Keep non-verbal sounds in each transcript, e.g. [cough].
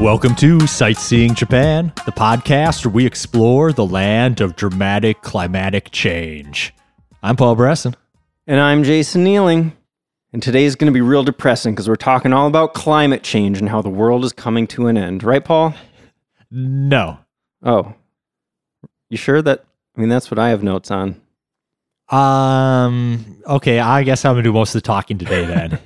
Welcome to Sightseeing Japan, the podcast where we explore the land of dramatic climatic change. I'm Paul Bresson. And I'm Jason Nealing. And today's going to be real depressing because we're talking all about climate change and how the world is coming to an end. Right, Paul? No, Oh. You sure that? I mean, that's what I have notes on. um, okay, I guess I'm gonna do most of the talking today [laughs] then.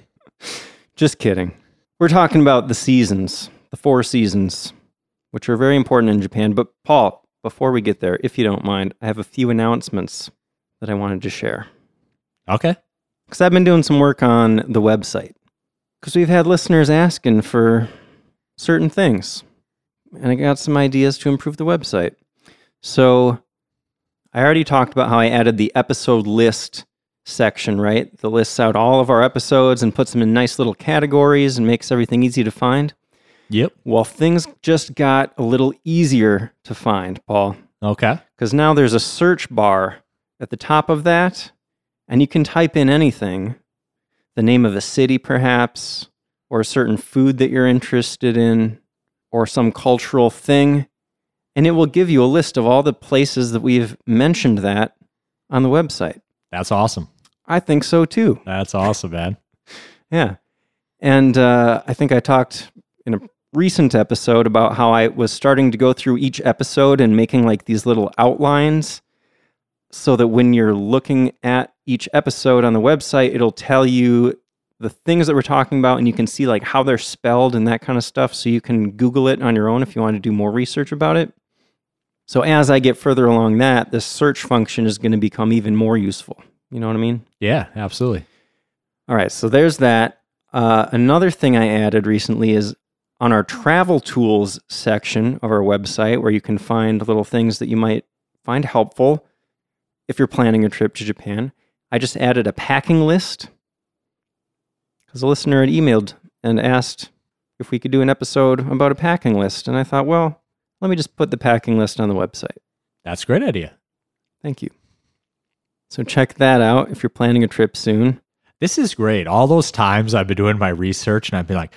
Just kidding. We're talking about the seasons, the four seasons, which are very important in Japan. But, Paul, before we get there, if you don't mind, I have a few announcements that I wanted to share. okay, Because I've been doing some work on the website. Because we've had listeners asking for certain things. And I got some ideas to improve the website. So I already talked about how I added the episode list section, right? That lists out all of our episodes and puts them in nice little categories and makes everything easy to find. yep, Well, things just got a little easier to find, Paul okay, because now there's a search bar at the top of that, and you can type in anything the name of a city, perhaps, or a certain food that you're interested in, or some cultural thing, and it will give you a list of all the places that we've mentioned that on the website. that's awesome. I think so too. That's awesome, man. Yeah. And uh, I think I talked in a recent episode about how I was starting to go through each episode and making like these little outlines so that when you're looking at each episode on the website, it'll tell you the things that we're talking about and you can see like how they're spelled and that kind of stuff. So you can Google it on your own if you want to do more research about it. So as I get further along that, this search function is going to become even more useful. You know what I mean? Yeah, absolutely. All right, so there's that. Uh, another thing I added recently is on our travel tools section of our website, where you can find little things that you might find helpful if you're planning a trip to Japan. I just added a packing list because a listener had emailed and asked if we could do an episode about a packing list. And I thought, well, let me just put the packing list on the website. That's a great idea. Thank you. So check that out if you're planning a trip soon. This is great. All those times I've been doing my research and I've been like,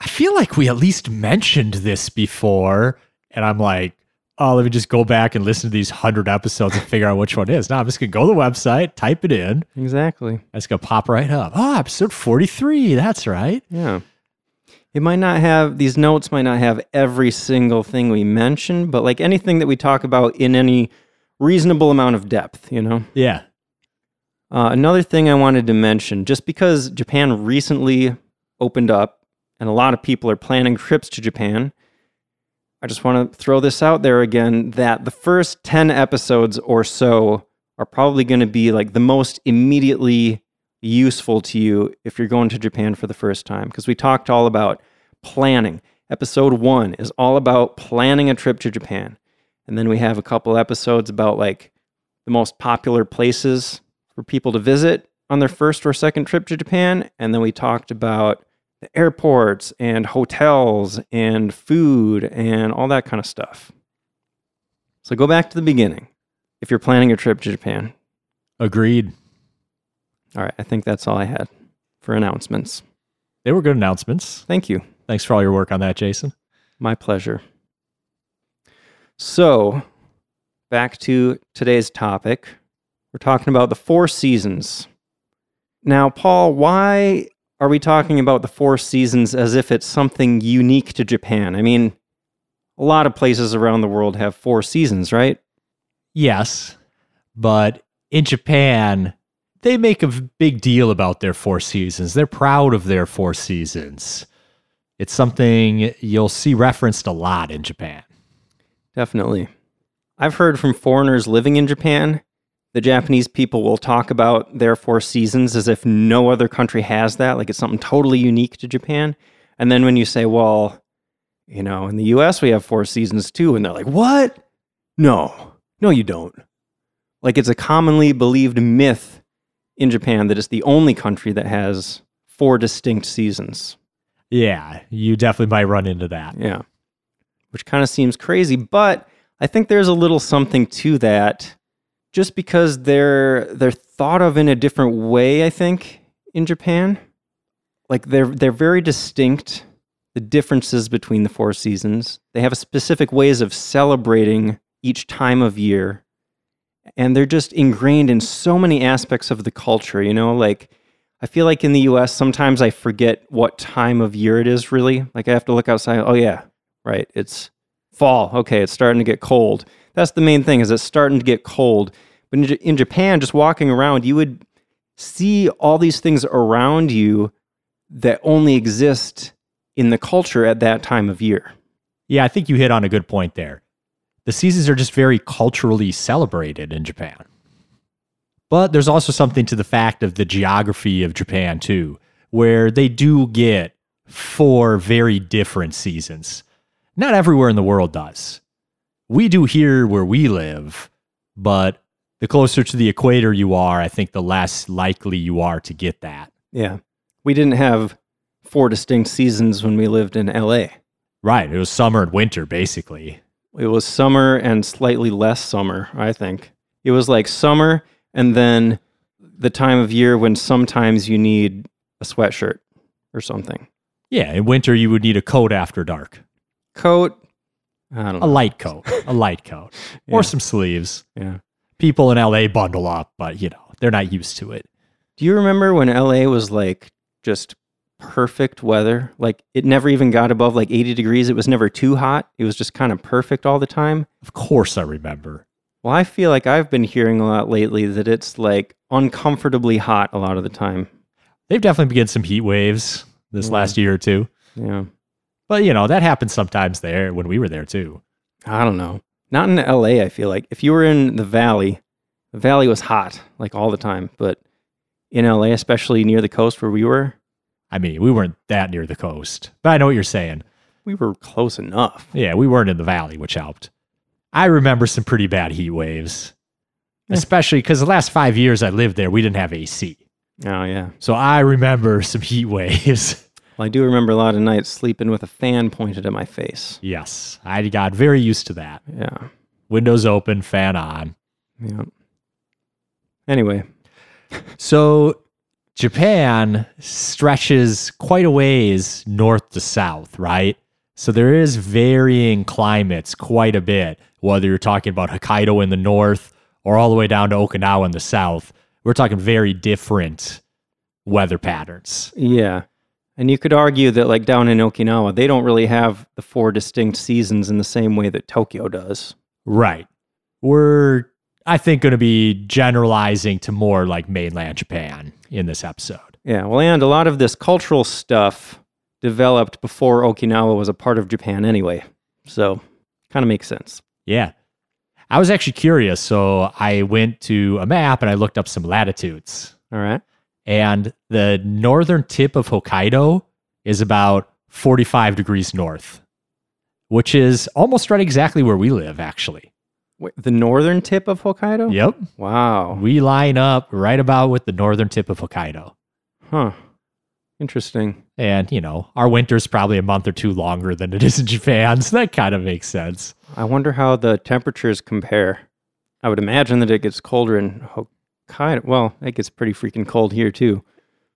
I feel like we at least mentioned this before. And I'm like, oh, let me just go back and listen to these 100 episodes and figure out which one it is. Now I'm just going to go to the website, type it in. Exactly. That's going to pop right up. Oh, episode 43. That's right. Yeah. It might not have these notes might not have every single thing we mention, but like anything that we talk about in any reasonable amount of depth, you know. Yeah. Uh, another thing I wanted to mention, just because Japan recently opened up and a lot of people are planning trips to Japan, I just want to throw this out there again that the first 10 episodes or so are probably going to be like the most immediately useful to you if you're going to Japan for the first time. Because we talked all about planning. Episode one is all about planning a trip to Japan. And then we have a couple episodes about like the most popular places for people to visit on their first or second trip to Japan. And then we talked about the airports and hotels and food and all that kind of stuff. So go back to the beginning if you're planning a trip to Japan. Agreed. All right, I think that's all I had for announcements. They were good announcements. Thank you. Thanks for all your work on that, Jason. My pleasure. So, back to today's topic. We're talking about the four seasons. Now, Paul, why are we talking about the four seasons as if it's something unique to Japan? I mean, a lot of places around the world have four seasons, right? Yes. But in Japan, they make a v- big deal about their four seasons. They're proud of their four seasons. It's something you'll see referenced a lot in Japan. Definitely. I've heard from foreigners living in Japan, the Japanese people will talk about their four seasons as if no other country has that, like it's something totally unique to Japan. And then when you say, well, you know, in the US we have four seasons too, and they're like, what? No, no, you don't. Like it's a commonly believed myth in Japan that it's the only country that has four distinct seasons. Yeah, you definitely might run into that. Yeah. Which kind of seems crazy, but I think there's a little something to that just because they're they're thought of in a different way, I think, in Japan. Like they're they're very distinct. the differences between the four seasons. They have specific ways of celebrating each time of year. And they're just ingrained in so many aspects of the culture, you know, like I feel like in the US sometimes I forget what time of year it is really. Like I have to look outside, oh yeah, right, it's fall. Okay, it's starting to get cold. That's the main thing is it's starting to get cold. But in, J- in Japan just walking around, you would see all these things around you that only exist in the culture at that time of year. Yeah, I think you hit on a good point there. The seasons are just very culturally celebrated in Japan. But there's also something to the fact of the geography of Japan, too, where they do get four very different seasons. Not everywhere in the world does. We do here where we live, but the closer to the equator you are, I think the less likely you are to get that. Yeah. We didn't have four distinct seasons when we lived in LA. Right. It was summer and winter, basically. It was summer and slightly less summer, I think. It was like summer and then the time of year when sometimes you need a sweatshirt or something. Yeah. In winter, you would need a coat after dark, Coat, I don't a know. light coat, a light coat, Yeah. or some sleeves. Yeah. People in LA bundle up, but you know, they're not used to it. Do you remember when LA was like just perfect weather? Like it never even got above like 80 degrees. It was never too hot. It was just kind of perfect all the time. Of course, I remember. Well, I feel like I've been hearing a lot lately that it's like uncomfortably hot a lot of the time. They've definitely been getting some heat waves this Yeah. last year or two. Yeah. But you know, that happens sometimes there when we were there too. I don't know. Not in LA, I feel like. If you were in the valley, the valley was hot like all the time, but in LA, especially near the coast where we were, I mean, we weren't that near the coast, but I know what you're saying. we were close enough. Yeah, we weren't in the valley, which helped. I remember some pretty bad heat waves, especially because the last five years I lived there, we didn't have AC. Oh yeah. So I remember some heat [laughs] waves. Well, I do remember a lot of nights sleeping with a fan pointed at my face. yes, I got very used to that. Yeah. Windows open, fan on. Yeah. Anyway, So Japan stretches quite a ways north to south, right? So there is varying climates quite a bit, whether you're talking about Hokkaido in the north or all the way down to Okinawa in the south. We're talking very different weather patterns. yeah. And you could argue that like down in Okinawa, they don't really have the four distinct seasons in the same way that Tokyo does. Right. We're I think going to be generalizing to more like mainland Japan in this episode. Yeah, well, and a lot of this cultural stuff developed before Okinawa was a part of Japan anyway. So, kind of makes sense. Yeah. I was actually curious, so I went to a map and I looked up some latitudes. All right. and the northern tip of Hokkaido is about 45 degrees north, which is almost right exactly where we live, actually. Wait, the northern tip of Hokkaido? Yep. Wow. We line up right about with the northern tip of Hokkaido. Huh. Interesting. And, you know, our winter's probably a month or two longer than it is in Japan. So that kind of makes sense. I wonder how the temperatures compare. I would imagine that it gets colder in Hokkaido. Well, it gets pretty freaking cold here too.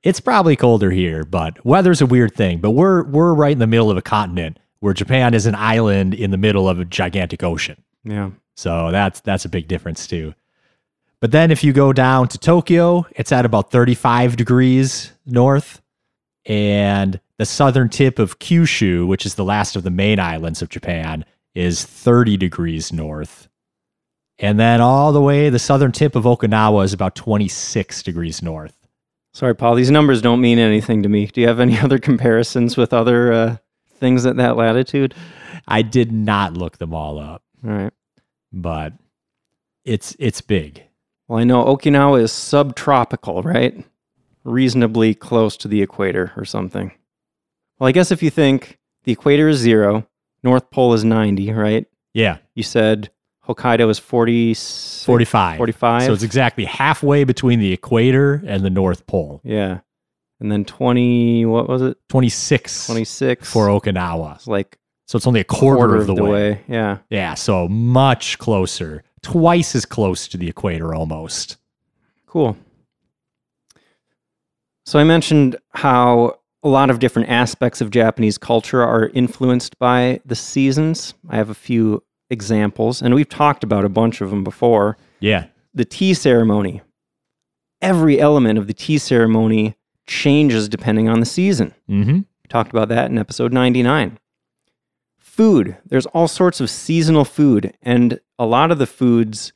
It's probably colder here, but weather's a weird thing. But we're we're right in the middle of a continent where Japan is an island in the middle of a gigantic ocean. Yeah. So that's that's a big difference too. But then if you go down to Tokyo, it's at about 35 degrees north and the southern tip of Kyushu, which is the last of the main islands of Japan, is 30 degrees north. And then all the way the southern tip of Okinawa is about 26 degrees north. Sorry, Paul. These numbers don't mean anything to me. Do you have any [laughs] other comparisons with other uh, things at that latitude? I did not look them all up, All right. but it's it's big. Well, I know Okinawa is subtropical, right? Reasonably close to the equator or something. Well, I guess if you think the equator is zero, North Pole is 90, right? Yeah, You said Hokkaido is 40, 45. 45. So it's exactly halfway between the equator and the North Pole. yeah. And then 20, what was it? 26 26. for Okinawa. It's like So it's only a oh quarter, of the, way. Yeah. Yeah, so much closer, twice as close to the equator almost. Cool. So I mentioned how a lot of different aspects of Japanese culture are influenced by the seasons. I have a few examples, and we've talked about a bunch of them before. Yeah. The tea ceremony. Every element of the tea ceremony changes depending on the season. Mm-hmm. We talked about that in episode 99. Food. There's all sorts of seasonal food, and a lot of the foods,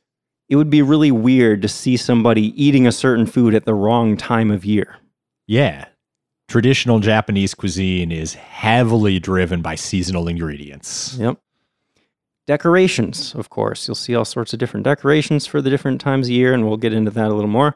it would be really weird to see somebody eating a certain food at the wrong time of year. Yeah. Traditional Japanese cuisine is heavily driven by seasonal ingredients. Yep. Decorations, of course. You'll see all sorts of different decorations for the different times of year, and we'll get into that a little more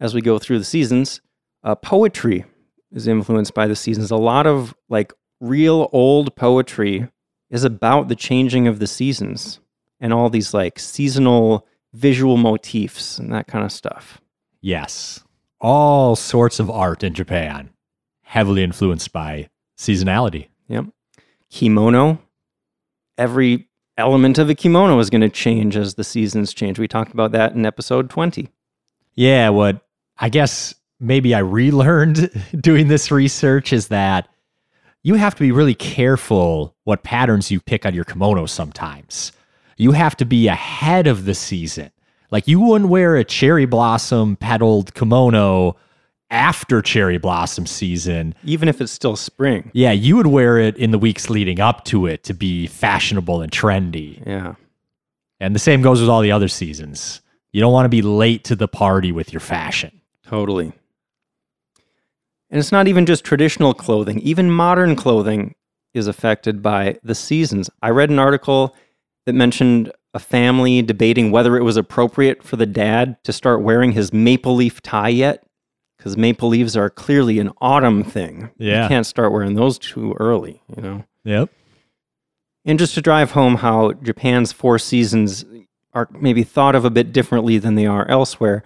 as we go through the seasons. Uh, poetry is influenced by the seasons. A lot of like real old poetry is about the changing of the seasons and all these like seasonal visual motifs and that kind of stuff. Yes. All sorts of art in Japan, heavily influenced by seasonality. Yep. Kimono. Every element of a kimono is going to change as the seasons change. We talked about that in episode 20. Yeah, what I guess maybe I relearned [laughs] doing this research is that you have to be really careful what patterns you pick on your kimono sometimes. You have to be ahead of the season. Like you wouldn't wear a cherry blossom petaled kimono after cherry blossom season. Even if it's still spring. Yeah, you would wear it in the weeks leading up to it to be fashionable and trendy. Yeah. And the same goes with all the other seasons. You don't want to be late to the party with your fashion. Totally. And it's not even just traditional clothing, even modern clothing is affected by the seasons. I read an article that mentioned a family debating whether it was appropriate for the dad to start wearing his maple leaf tie yet, because maple leaves are clearly an autumn thing. Yeah. You can't start wearing those too early, you know? Yep. And just to drive home how Japan's four seasons are maybe thought of a bit differently than they are elsewhere,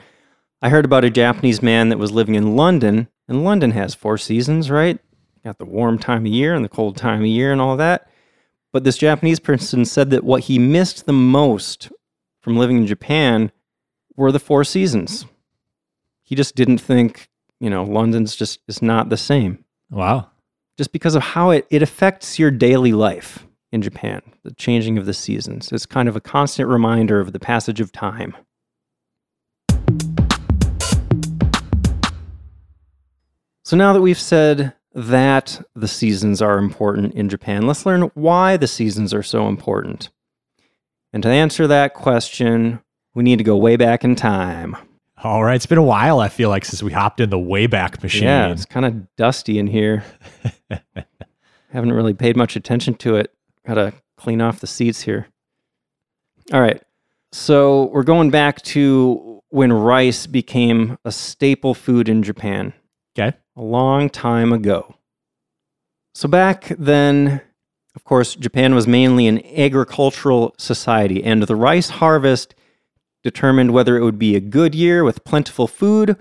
I heard about a Japanese man that was living in London, and London has four seasons, right? Got the warm time of year and the cold time of year and all that. But this Japanese person said that what he missed the most from living in Japan were the four seasons. He just didn't think, you know, London's just is not the same Wow. just because of how it, it affects your daily life in Japan, the changing of the seasons. It's kind of a constant reminder of the passage of time. So now that we've said that the seasons are important in Japan, let's learn why the seasons are so important. And to answer that question, we need to go way back in time. All right. It's been a while, I feel like, since we hopped in the Wayback Machine. Yeah, it's kind of dusty in here. Haven't really paid much attention to it. Got to clean off the seats here. All right. So we're going back to when rice became a staple food in Japan Okay. a long time ago. So back then, of course, Japan was mainly an agricultural society, and the rice harvest determined whether it would be a good year with plentiful food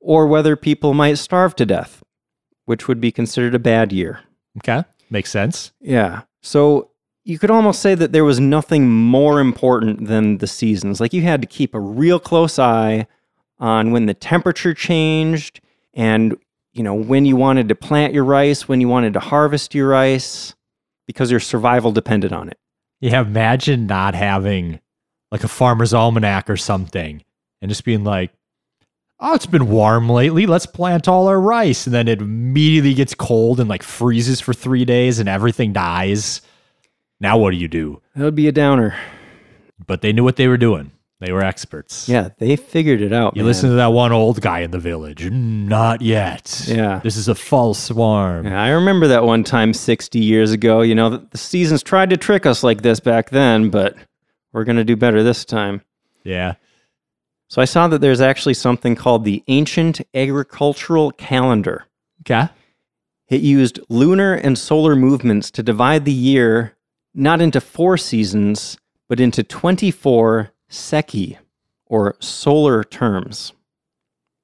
or whether people might starve to death, which would be considered a bad year. Okay. Makes sense. Yeah. So you could almost say that there was nothing more important than the seasons. Like you had to keep a real close eye on when the temperature changed and you know when you wanted to plant your rice, when you wanted to harvest your rice because your survival depended on it. Yeah. Imagine not having like a farmer's almanac or something and just being like, oh, it's been warm lately. Let's plant all our rice. And then it immediately gets cold and like freezes for three days and everything dies. Now, what do you do? That would be a downer. But they knew what they were doing, they were experts. Yeah, they figured it out. You man. listen to that one old guy in the village. "Mm, Not yet. Yeah. This is a false alarm. Yeah, I remember that one time 60 years ago. You know, the seasons tried to trick us like this back then, but we're going to do better this time. Yeah. So I saw that there's actually something called the Ancient Agricultural Calendar. Okay. It used lunar and solar movements to divide the year not into four seasons, but into 24 seki, or solar terms.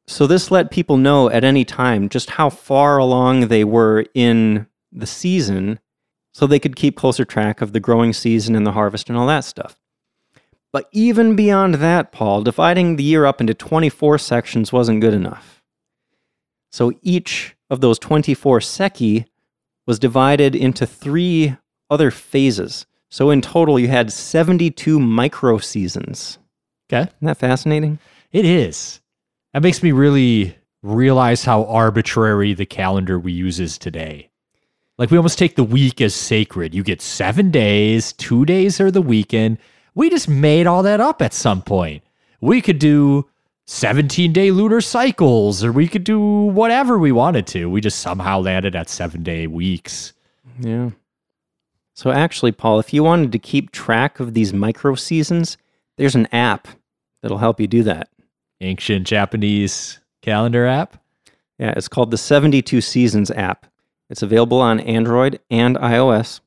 So this let people know at any time just how far along they were in the season so they could keep closer track of the growing season and the harvest and all that stuff. But even beyond that, Paul, dividing the year up into 24 sections wasn't good enough. So each of those 24 seki was divided into three other phases. So in total, you had 72 micro seasons. Okay. Isn't that fascinating? It is. That makes me really realize how arbitrary the calendar we use is today. Like we almost take the week as sacred. You get seven days, two days are the weekend. We just made all that up at some point. We could do 17 day lunar cycles or we could do whatever we wanted to. We just somehow landed at seven day weeks. Yeah. So actually, Paul, if you wanted to keep track of these micro seasons, there's an app that'll help you do that. Ancient Japanese calendar app. Yeah, it's called the 72 Seasons app. It's available on Android and iOS,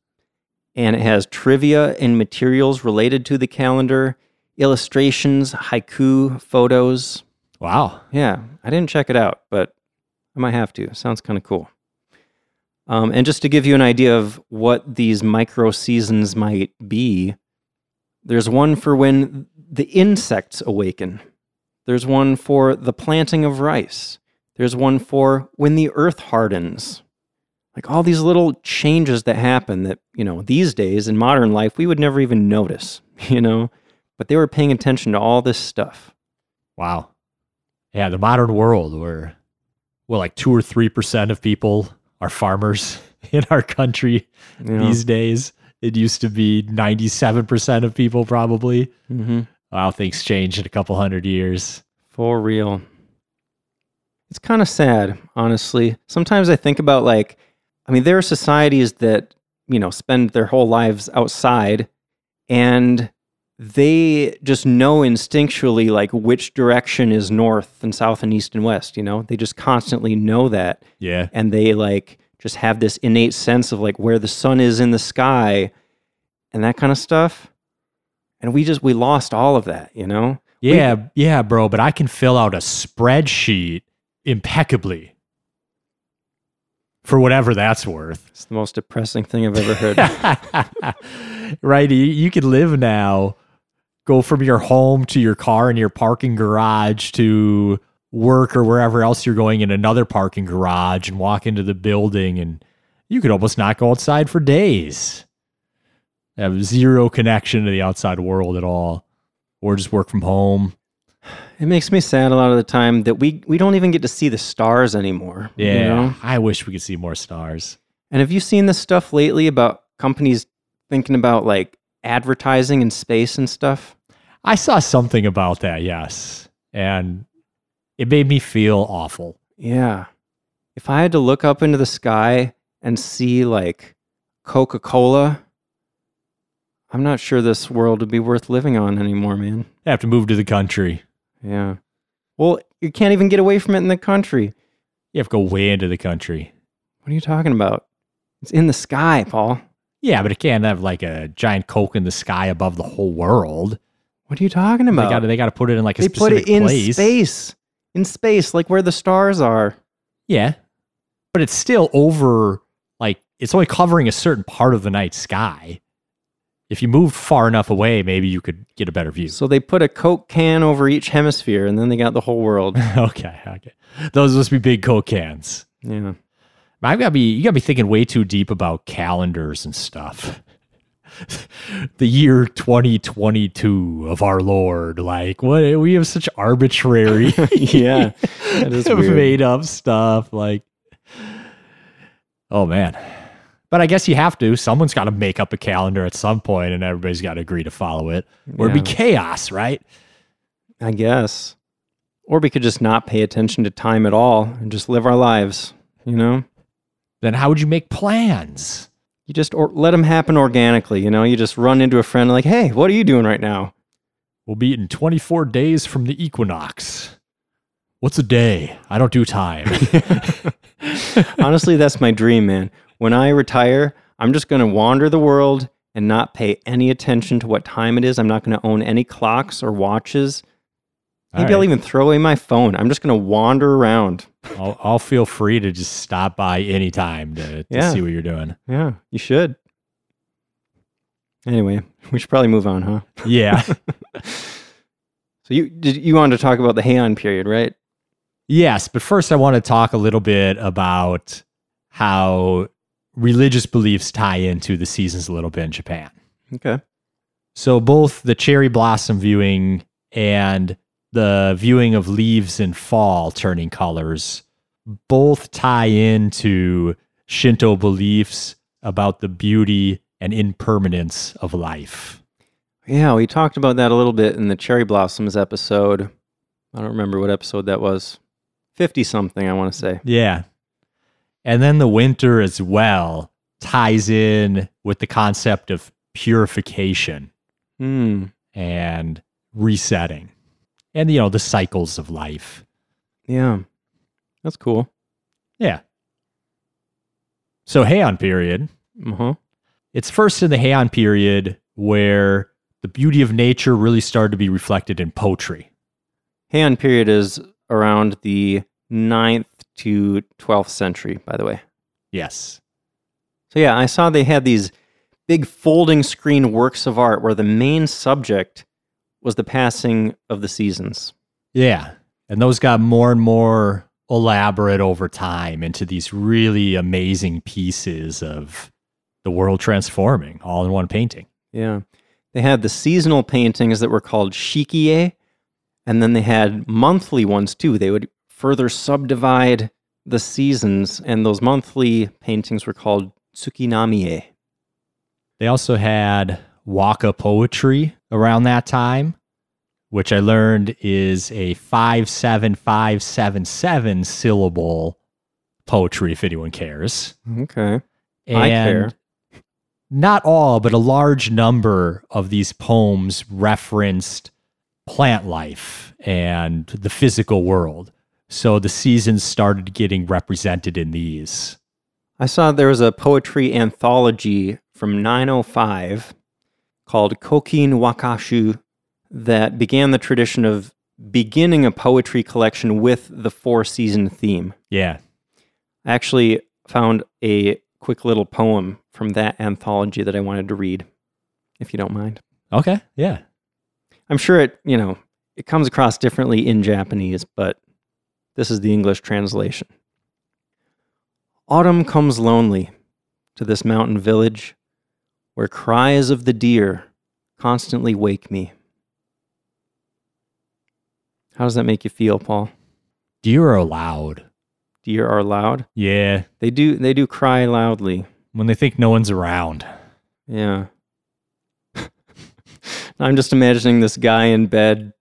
and it has trivia and materials related to the calendar, illustrations, haiku, photos. Wow. Yeah, I didn't check it out, but I might have to. Sounds kind of cool. Um, and just to give you an idea of what these micro seasons might be, there's one for when the insects awaken. There's one for the planting of rice. There's one for when the earth hardens. Like all these little changes that happen that, you know, these days in modern life, we would never even notice, [laughs] you know? But they were paying attention to all this stuff. Wow. Yeah, the modern world where well like 2 or 3% of people are farmers [laughs] in our country You know? these days. It used to be 97% of people probably. mm-hmm. Wow, things changed in a couple hundred years. For real. It's kind of sad, honestly. Sometimes I think about like, I mean, there are societies that, you know, spend their whole lives outside and they just know instinctually like which direction is north and south and east and west, you know? They just constantly know that Yeah. and they like just have this innate sense of like where the sun is in the sky and that kind of stuff. And we just we lost all of that, you know? Yeah, yeah, bro, but I can fill out a spreadsheet impeccably. For whatever that's worth. It's the most depressing thing I've ever heard. [laughs] right? You, you can live now, go from your home to your car and your parking garage to work or wherever else you're going in another parking garage and walk into the building, and you could almost not go outside for days. Have zero connection to the outside world at all, or just work from home. it makes me sad a lot of the time that we we don't even get to see the stars anymore. you Yeah, know? I wish we could see more stars. And have you seen this stuff lately about companies thinking about like advertising in space and stuff? I saw something about that, yes, and it made me feel awful. Yeah. If I had to look up into the sky and see like Coca-Cola, I'm not sure this world would be worth living on anymore, man. I have to move to the country. Yeah. Well, you can't even get away from it in the country. You have to go way into the country. What are you talking about? It's in the sky, Paul. Yeah, but it can't have like a giant Coke in the sky above the whole world. What are you talking They about? got they got to put it in like a they put specific it in place. space, in space, like where the stars are. Yeah, but it's still over. Like it's only covering a certain part of the night sky. If you moved far enough away, maybe you could get a better view. [laughs] So they put a Coke can over each hemisphere, and then they got the [laughs] whole world. okay, okay. Those must be big Coke cans. Yeah, I've got to be you got to be thinking way too deep about calendars and stuff. [laughs] the year 2022 of our Lord, like what we have such arbitrary, [laughs] yeah, [laughs] that is weird. made up stuff. Like, oh man, but I guess you have to. Someone's got to make up a calendar at some point, and everybody's got to agree to follow it, or it'd be Yeah, chaos, right? I guess, or we could just not pay attention to time at all and just live our lives. You know, Then how would you make plans? you just or- let them happen organically. You know, you just run into a friend like, "Hey, what are you doing right now?" We'll be in 24 days from the equinox. What's a day? I don't do time. [laughs] Honestly, that's my dream, man. When I retire, I'm just going to wander the world and not pay any attention to what time it is. I'm not going to own any clocks or watches. All Maybe I'll right. even throw away my phone. I'm just going to wander around. I'll, I'll feel free to just stop by anytime to, to Yeah. see what you're doing. Yeah, you should. Anyway, [laughs] we should probably move on, huh? Yeah. So you did you wanted to talk about the Heian period, right? Yes, but first I want to talk a little bit about how religious beliefs tie into the seasons a little bit in Japan. Okay. So both the cherry blossom viewing and the viewing of leaves in fall turning colors both tie into Shinto beliefs about the beauty and impermanence of life. Yeah, we talked about that a little bit in the Cherry Blossoms episode. I don't remember what episode that was. 50 something, I want to say. Yeah. And then the winter as well ties in with the concept of purification Hmm. and resetting and, you know, the cycles of life. Yeah. That's cool. Yeah. So, Heian period, Uh huh. it's first in the Heian period where the beauty of nature really started to be reflected in poetry. Heian period is around the 9th to 12th century, by the way. Yes. So yeah, I saw they had these big folding screen works of art where the main subject was the passing of the seasons. Yeah. And those got more and more elaborate over time into these really amazing pieces of the world transforming all in one painting. Yeah. They had the seasonal paintings that were called shikie, and then they had monthly ones too. They would further subdivide the seasons, and those monthly paintings were called tsukinamie. They also had waka poetry around that time, which I learned is a 57577 syllable poetry if anyone cares. Okay. And I care. Not all, but a large number of these poems referenced plant life and the physical world. So the seasons started getting represented in these. I saw there was a poetry anthology from 905 called Kokin Wakashu that began the tradition of beginning a poetry collection with the four season theme. Yeah. I actually found a quick little poem from that anthology that I wanted to read, if you don't mind. Okay. Yeah. I'm sure it, you know, it comes across differently in Japanese, but this is the English translation. Autumn comes lonely to this mountain village where cries of the deer constantly wake me. How does that make you feel, Paul? Deer are loud. Deer are loud. Yeah. They do they do cry loudly. When they think no one's around. Yeah. I'm just imagining this guy in bed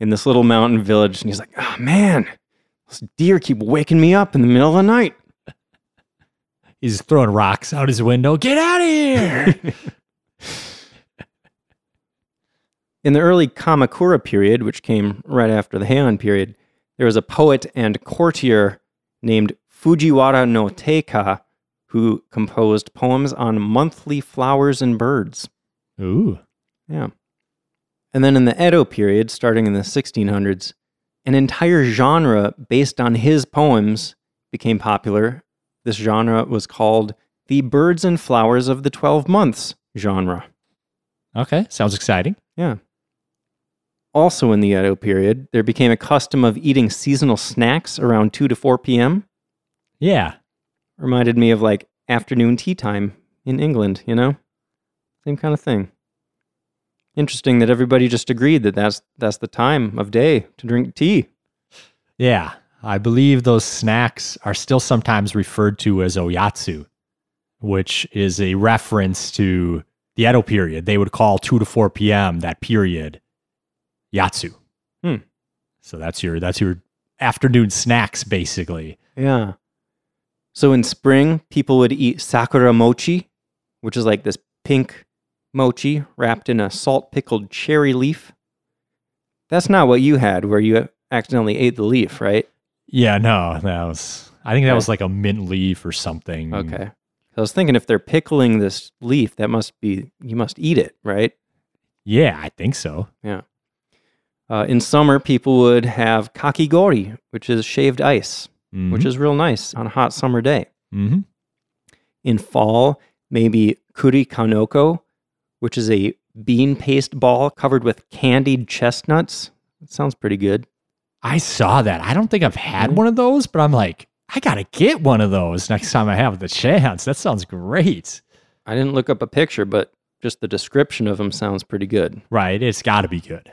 in this little mountain village, and he's like, oh man, those deer keep waking me up in the middle of the night. He's throwing rocks out his window. Get out of here. [laughs] In the early Kamakura period, which came right after the Heian period, there was a poet and courtier named Fujiwara no Teika who composed poems on monthly flowers and birds. Ooh. Yeah. And then in the Edo period, starting in the 1600s, an entire genre based on his poems became popular. This genre was called the Birds and Flowers of the 12 Months genre. Okay. Sounds exciting. Yeah. Also in the Edo period, there became a custom of eating seasonal snacks around 2 to 4 p.m. Yeah. Reminded me of like afternoon tea time in England, you know? Same kind of thing. Interesting that everybody just agreed that that's that's the time of day to drink tea. Yeah, I believe those snacks are still sometimes referred to as oyatsu, which is a reference to the Edo period. They would call 2 to 4 p.m. that period yatsu. Hmm. So that's your that's your afternoon snacks basically. Yeah. So in spring, people would eat sakura mochi, which is like this pink mochi wrapped in a salt pickled cherry leaf. That's not what you had, where you accidentally ate the leaf, right? Yeah, no, that was I think that Okay. was like a mint leaf or something. Okay. I was thinking if they're pickling this leaf, that must be, you must eat it, right? Yeah, I think so. Uh, in summer, people would have kakigori, which is shaved ice, which Mm-hmm. is real nice on a hot summer day. hmm in fall, maybe kuri kanoko, which is a bean paste ball covered with candied chestnuts. That sounds pretty good. I saw that. I don't think I've had Mm-hmm. one of those, but I'm like, I gotta get one of those next time I have the chance. That sounds great. I didn't look up a picture, but just the description of them sounds pretty good. Right? It's gotta be good.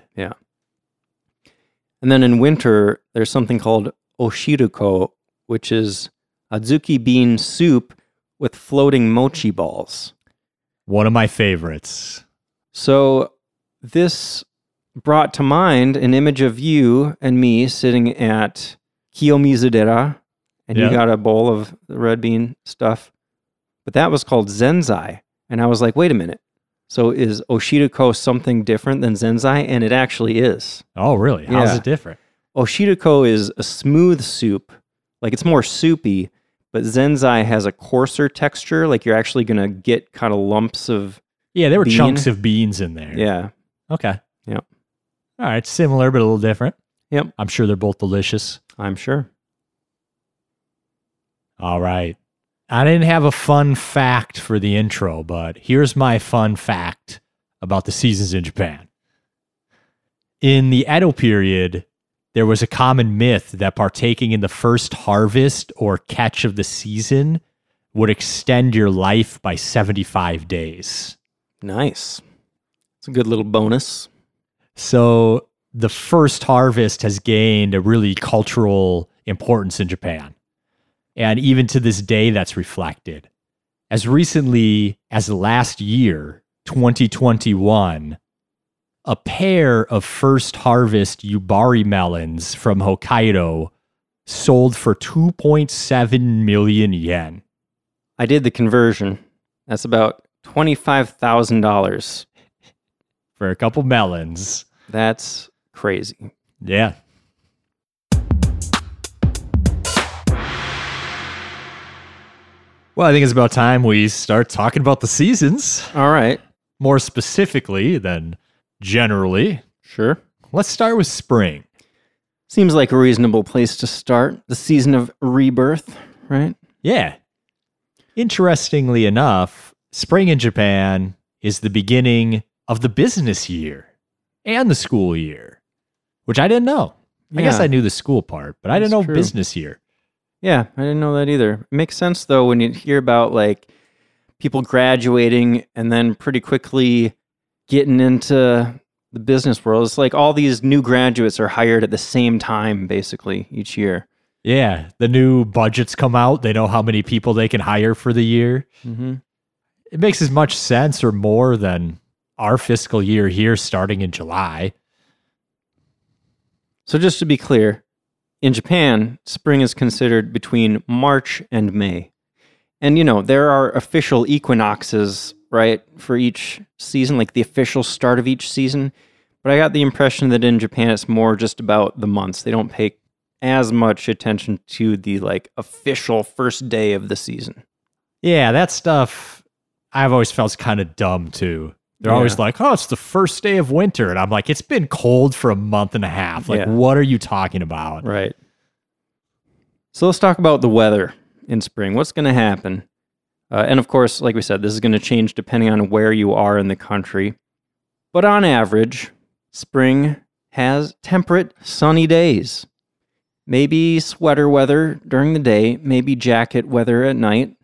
And then in winter, there's something called oshiruko, which is adzuki bean soup with floating mochi balls. One of my favorites. So this brought to mind an image of you and me sitting at Kiyomizudera, and Yeah. you got a bowl of the red bean stuff. But that was called zenzai. And I was like, wait a minute. So is oshiruko something different than zenzai? And it actually is. Oh, really? How's Yeah. it different? Oshiruko is a smooth soup, like it's more soupy, but zenzai has a coarser texture, like you're actually gonna get kind of lumps of Yeah, there were Bean? chunks of beans in there. yeah. Okay. Yep. All right. Similar, but a little different. Yep. I'm sure they're both delicious. I'm sure. All right. I didn't have a fun fact for the intro, but here's my fun fact about the seasons in Japan. In the Edo period, there was a common myth that partaking in the first harvest or catch of the season would extend your life by 75 days. Nice. It's a good little bonus. So the first harvest has gained a really cultural importance in Japan. And even to this day, that's reflected. As recently as last year, 2021, a pair of first harvest Yubari melons from Hokkaido sold for 2.7 million yen. I did the conversion. That's about twenty five thousand dollars. For a couple melons. That's crazy. Yeah. Well, I think it's about time we start talking about the seasons All right. more specifically than generally. Sure. Let's start with spring. Seems like a reasonable place to start. The season of rebirth, right? Yeah. Interestingly enough, spring in Japan is the beginning of the business year and the school year, which I didn't know. I guess Yeah. I knew the school part, but I didn't That's know true. business year. Yeah, I didn't know that either. It makes sense though when you hear about like people graduating and then pretty quickly getting into the business world. It's like all these new graduates are hired at the same time basically each year. Yeah, the new budgets come out. They know how many people they can hire for the year. Mm-hmm. It makes as much sense or more than our fiscal year here starting in July. So just to be clear, in Japan, spring is considered between March and May. And you know, there are official equinoxes, right, for each season, like the official start of each season. But I got the impression that in Japan it's more just about the months. They don't pay as much attention to the like official first day of the season. Yeah, that stuff I've always felt kind of dumb too. They're always Yeah. like, "Oh, it's the first day of winter," and I'm like, "It's been cold for a month and a half. Like, Yeah. what are you talking about?" Right. So let's talk about the weather in spring. What's going to happen? Uh, and of course, like we said, this is going to change depending on where you are in the country. But on average, spring has temperate, sunny days. Maybe sweater weather during the day, maybe jacket weather at night.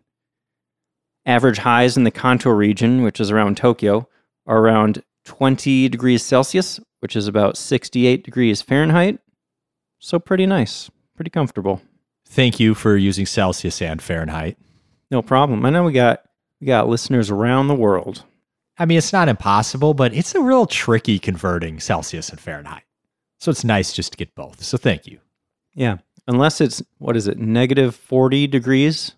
Average highs in the Kanto region, which is around Tokyo, are around 20 degrees Celsius, which is about 68 degrees Fahrenheit. So pretty nice, pretty comfortable. Thank you for using Celsius and Fahrenheit. No problem. I know we got we got listeners around the world. I mean, it's not impossible, but it's a real tricky converting Celsius and Fahrenheit. So it's nice just to get both. So thank you. Yeah. Unless it's what is it, negative forty degrees?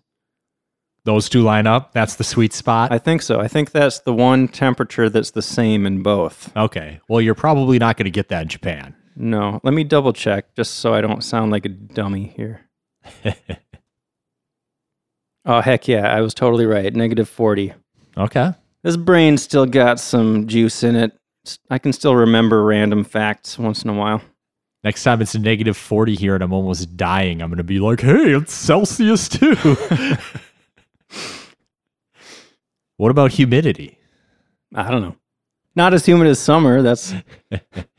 those two line up. That's the sweet spot. I think so. I think that's the one temperature that's the same in both. okay. Well, you're probably not going to get that in Japan. No. Let me double check just so I don't sound like a dummy here. oh heck yeah, I was totally right. Negative forty. Okay. This brain still got some juice in it. S- I can still remember random facts once in a while. Next time it's a negative 40 here and I'm almost dying, I'm going to be like, hey, it's Celsius too. [laughs] what about humidity? I don't know. [laughs] Not as humid as summer. That's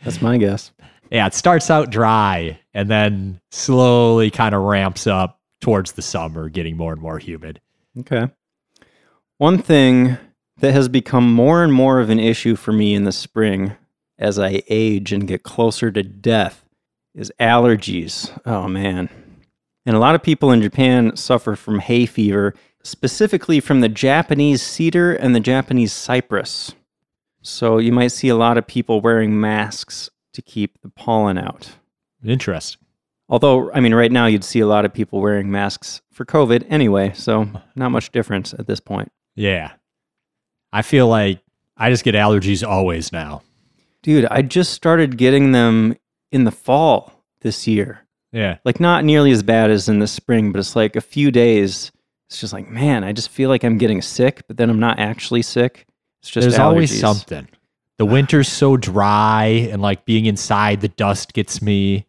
that's my guess. Yeah, it starts out dry and then slowly kind of ramps up towards the summer, getting more and more humid. Okay. One thing that has become more and more of an issue for me in the spring as I age and get closer to death is allergies. Oh, man. And a lot of people in Japan suffer from hay fever, specifically from the Japanese cedar and the Japanese cypress. So you might see a lot of people wearing masks to keep the pollen out. Interesting. Although, I mean, right now you'd see a lot of people wearing masks for COVID anyway, so not much difference at this point. Yeah. I feel like I just get allergies always now. Dude, I just started getting them in the fall this year. Yeah. Like, not nearly as bad as in the spring, but it's like a few days. It's just like, man, I just feel like I'm getting sick, but then I'm not actually sick. It's just There's always allergies. something. The winter's so dry, and like being inside, the dust gets me.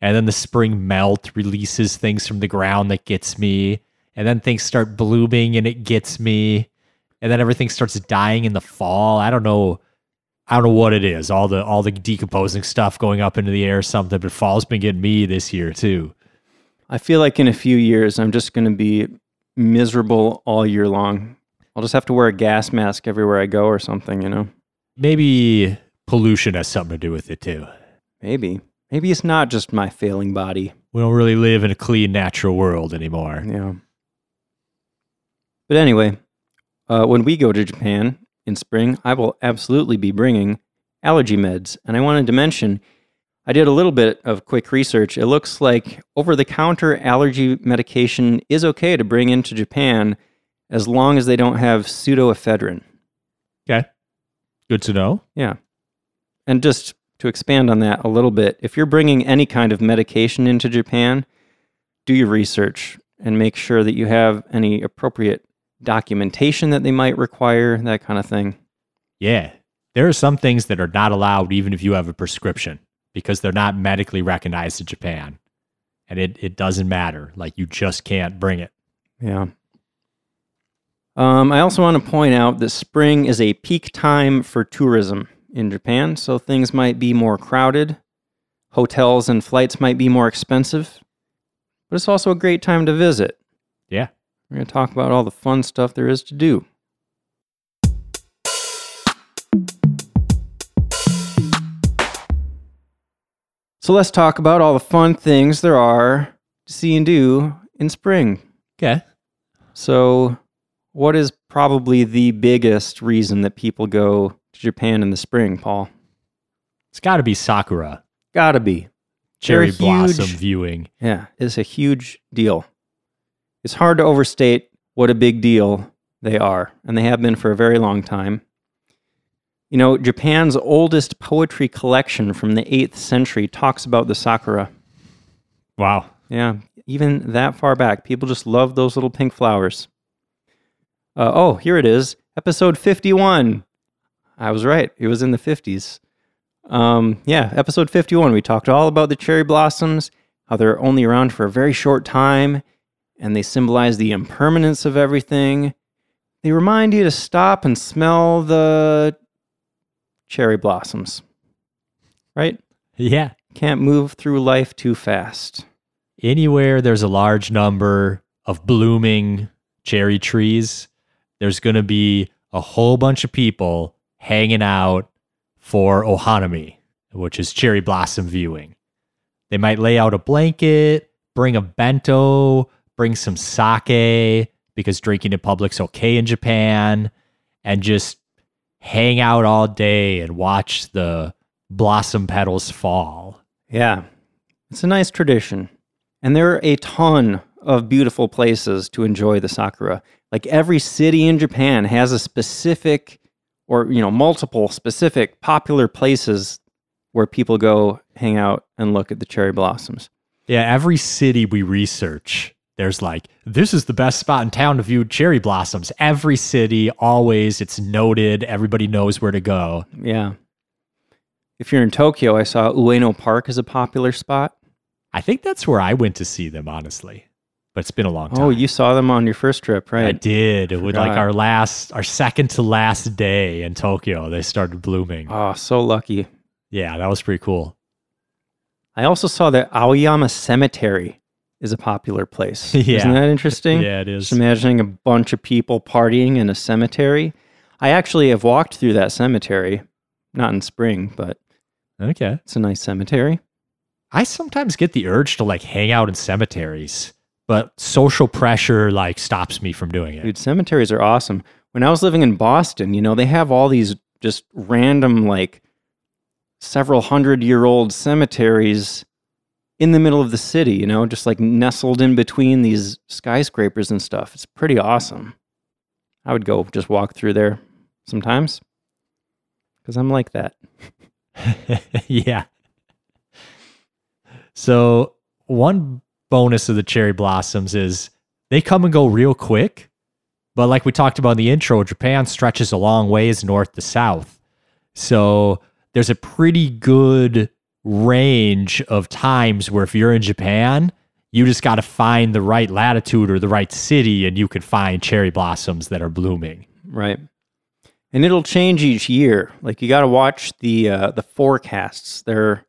And then the spring melt releases things from the ground that gets me. And then things start blooming and it gets me. And then everything starts dying in the fall. I don't know. I don't know what it is. All the all the decomposing stuff going up into the air or something, but fall's been getting me this year too. I feel like in a few years, I'm just going to be miserable all year long. I'll just have to wear a gas mask everywhere I go or something, you know? Maybe pollution has something to do with it too. Maybe. Maybe it's not just my failing body. We don't really live in a clean natural world anymore. Yeah. But anyway, uh, when we go to Japan in spring, I will absolutely be bringing allergy meds. And I wanted to mention, I did a little bit of quick research. It looks like over the counter allergy medication is okay to bring into Japan as long as they don't have pseudoephedrine. Okay. Good to know. Yeah. And just to expand on that a little bit, if you're bringing any kind of medication into Japan, do your research and make sure that you have any appropriate documentation that they might require, that kind of thing. Yeah. There are some things that are not allowed even if you have a prescription because they're not medically recognized in Japan. And it, it doesn't matter. Like you just can't bring it. Yeah. Um, I also want to point out that spring is a peak time for tourism in Japan, so things might be more crowded. Hotels and flights might be more expensive, but it's also a great time to visit. Yeah. We're going to talk about all the fun stuff there is to do. So let's talk about all the fun things there are to see and do in spring. Okay. So, what is probably the biggest reason that people go to Japan in the spring, Paul? It's got to be Sakura, Gotta be. cherry huge. blossom viewing. Yeah, it's a huge deal. It's hard to overstate what a big deal they are, and they have been for a very long time. You know, Japan's oldest poetry collection from the 8th century talks about the sakura. Wow. [laughs] Yeah, even that far back, people just love those little pink flowers. Uh, oh, here it is, episode fifty-one. I was right; it was in the fifties. Um, yeah, episode fifty-one. We talked all about the cherry blossoms, how they're only around for a very short time, and they symbolize the impermanence of everything. They remind you to stop and smell the cherry blossoms. Right? Yeah. Can't move through life too fast. Anywhere there's a large number of blooming cherry trees, there's going to be a whole bunch of people hanging out for Ohanami, which is cherry blossom viewing. They might lay out a blanket, bring a bento, bring some sake because drinking in public's okay in Japan, and just hang out all day and watch the blossom petals fall. Yeah, it's a nice tradition. And there are a ton of beautiful places to enjoy the sakura. Like every city in Japan has a specific or, you know, multiple specific popular places where people go hang out and look at the cherry blossoms. Yeah, every city we research, there's like, this is the best spot in town to view cherry blossoms. Every city, always, it's noted. Everybody knows where to go. Yeah. If you're in Tokyo, I saw Ueno Park is a popular spot. I think that's where I went to see them, honestly. But it's been a long time. Oh, you saw them on your first trip, I right? did. With like forgot. our last, our second to last day in Uh, Tokyo, they started blooming. Oh, so Ah, lucky. yeah, that was pretty cool. I also saw that Aoyama Cemetery is a popular [laughs] place. Yeah. Isn't that interesting? Yeah, it is. Just imagining a bunch of people partying in a cemetery. I actually have walked through that cemetery, not in spring, but Okay. it's a nice cemetery. I sometimes get the urge to like hang out in cemeteries, but social pressure like stops me from doing it. Dude, cemeteries are awesome. When I was living in Boston, you know, they have all these just random, like several hundred year old cemeteries in the middle of the city, you know, just like nestled in between these skyscrapers and stuff. It's pretty awesome. I would go just walk through there sometimes because I'm like that. [laughs] yeah. So, one bonus of the cherry blossoms is they come and go real quick. But, like we talked about in the intro, Japan stretches a long ways north to south. So, there's a pretty good range of times where if you're in Japan, you just got to find the right latitude or the right city, and you can find cherry blossoms that are blooming. Right. And it'll change each year. Like you got to watch the uh, the forecasts. Their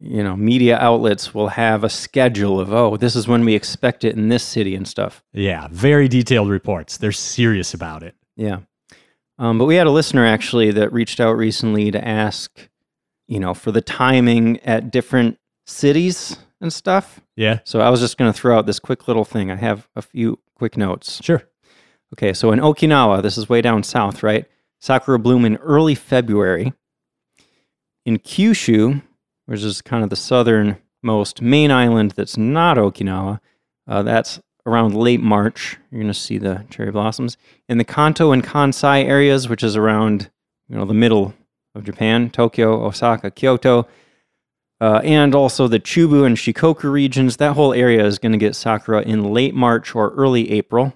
you know media outlets will have a schedule of oh this is when we expect it in this city and stuff. Yeah, very detailed reports. They're serious about it. Yeah. Um, but we had a listener actually that reached out recently to ask, you know, for the timing at different cities and stuff. Yeah, So I was just going to throw out this quick little thing. I have a few quick notes. sure. Okay, so in Okinawa, this is way down south, right? Sakura bloom in early February. In Kyushu, which is kind of the southernmost main island that's not Okinawa, uh, that's around late March. You're going to see the cherry blossoms. In the Kanto and Kansai areas, which is around you know the middle of Japan, Tokyo, Osaka, Kyoto, uh, and also the Chubu and Shikoku regions, that whole area is going to get sakura in late March or early April.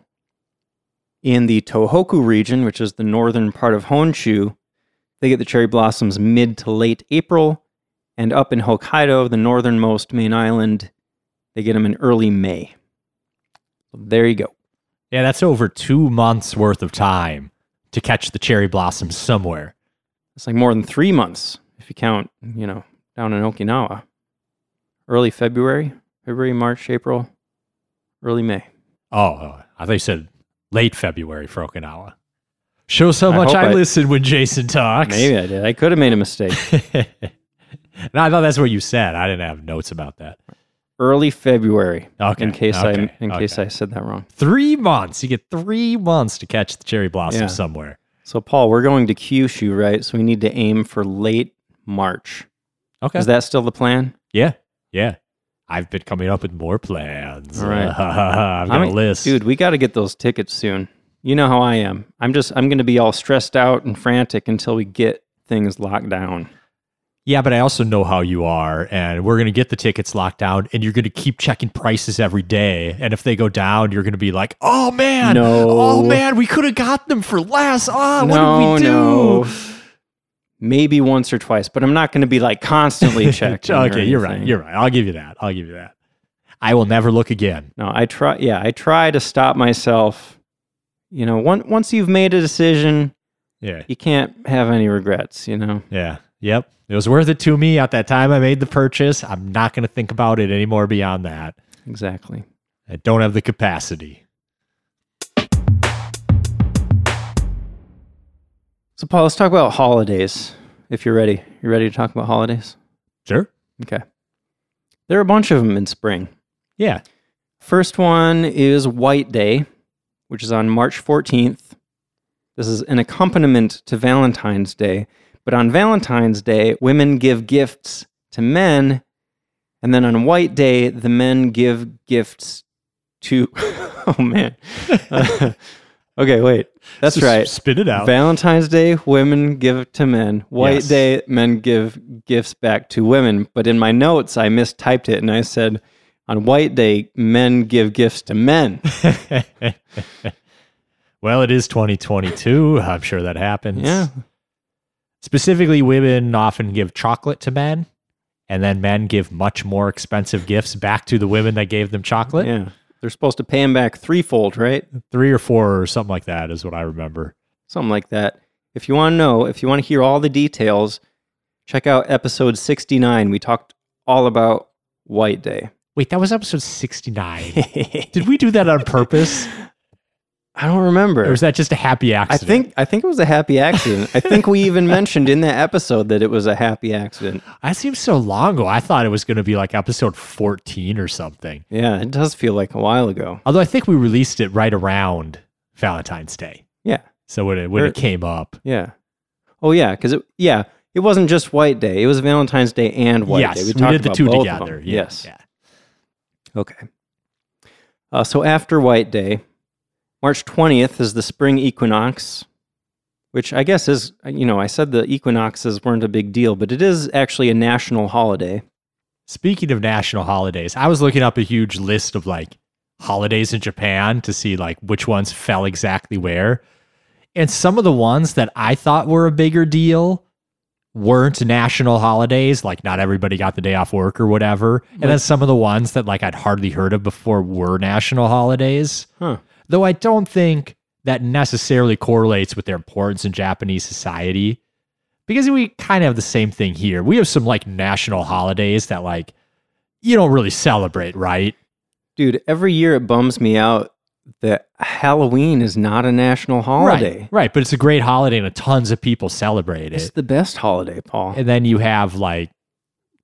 In the Tohoku region, which is the northern part of Honshu, they get the cherry blossoms mid to late April. And up in Hokkaido, the northernmost main island, they get them in early May. There you go. Yeah, that's over two months worth of time to catch the cherry blossoms somewhere. It's like more than three months if you count, you know, down in Okinawa. Early February, February, March, April, early May. Oh, oh, I thought you said late February for Okinawa. Shows how I much hope I, I- listen when Jason talks. [laughs] Maybe I did. I could have made a mistake. no, I thought that's what you said. I didn't have notes about that. early February. Okay. In case okay, I in case okay. I said that wrong. Three months. You get three months to catch the cherry blossom Yeah. somewhere. So, Paul, we're going to Kyushu, right? So we need to aim for late March. Okay. Is that still the plan? yeah. Yeah. I've been coming up with more plans. All right. [laughs] I've got I'm- a list. Dude, we got to get those tickets soon. You know how I am. I'm just I'm going to be all stressed out and frantic until we get things locked down. Yeah, but I also know how you are, and we're going to get the tickets locked down, and you're going to keep checking prices every day. And if they go down, you're going to be like, "Oh man, No. oh man, we could have got them for less. Ah, no, what did we do?" no. Maybe once or twice, but I'm not going to be [laughs] like constantly checking. or okay, you're right. anything. You're right. I'll give you that. I'll give you that. I will never look again. No, I try. Yeah, I try to stop myself. You know, once once you've made a decision, Yeah, you can't have any regrets. You know. yeah, yep. It was worth it to me at that time. I made the purchase. I'm not going to think about it anymore beyond that. Exactly. I don't have the capacity. So, Paul, let's talk about holidays. If you're ready, you ready to talk about holidays? Sure. Okay. There are a bunch of them in spring. Yeah. First one is White Day, which is on March 14th. This is an accompaniment to Valentine's Day. But on Valentine's Day, women give gifts to men. And then on White Day, the men give gifts to. [laughs] oh, man. [laughs] okay, wait. That's Just right. Spit it out. Valentine's Day, women give to men. White Yes. Day, men give gifts back to women. But in my notes, I mistyped it and I said, on White Day, men give gifts [laughs] to men. well, it is 2022. I'm sure that happens. yeah. Specifically, women often give chocolate to men, and then men give much more expensive gifts back to the women that gave them chocolate. Yeah. They're supposed to pay him back threefold, right? Three or four or something like that is what I remember. Something like that. If you want to know, if you want to hear all the details, check out episode 69. We talked all about [laughs] White Day. Wait, that was episode 69. [laughs] Did we do that on [laughs] purpose? I don't remember. Or was that just a happy I accident? think I think it was a happy accident. I think we [laughs] even mentioned in that episode that it was a happy accident. that seems so long ago. I thought it was going to be like episode 14 or something. Yeah, it does feel like a while ago. Although I think we released it right around Valentine's Day. Yeah. Er, So when it, when Or- it came up, Yeah. Oh yeah, because it yeah it wasn't just White Day. It was Valentine's Day and White yes, Day. we, talked did the about two both of together. them. Yeah, yes. yeah. Okay. Uh, so after White Day, March 20th is the spring equinox, which I guess is, you know, I said the equinoxes weren't a big deal, but it is actually a national holiday. Speaking of national holidays, I was looking up a huge list of like holidays in Japan to see like which ones fell exactly where. And some of the ones that I thought were a bigger deal weren't national holidays, like not everybody got the day off work or whatever. And then some of the ones that like I'd hardly heard of before were national holidays. Huh. Though I don't think that necessarily correlates with their importance in Japanese society because we kind of have the same thing here. We have some like national holidays that like you don't really celebrate, right? Dude, every year it bums me out that Halloween is not a national Right, holiday. right. But it's a great holiday and tons of people celebrate It's it. the best holiday, Paul. And then you have like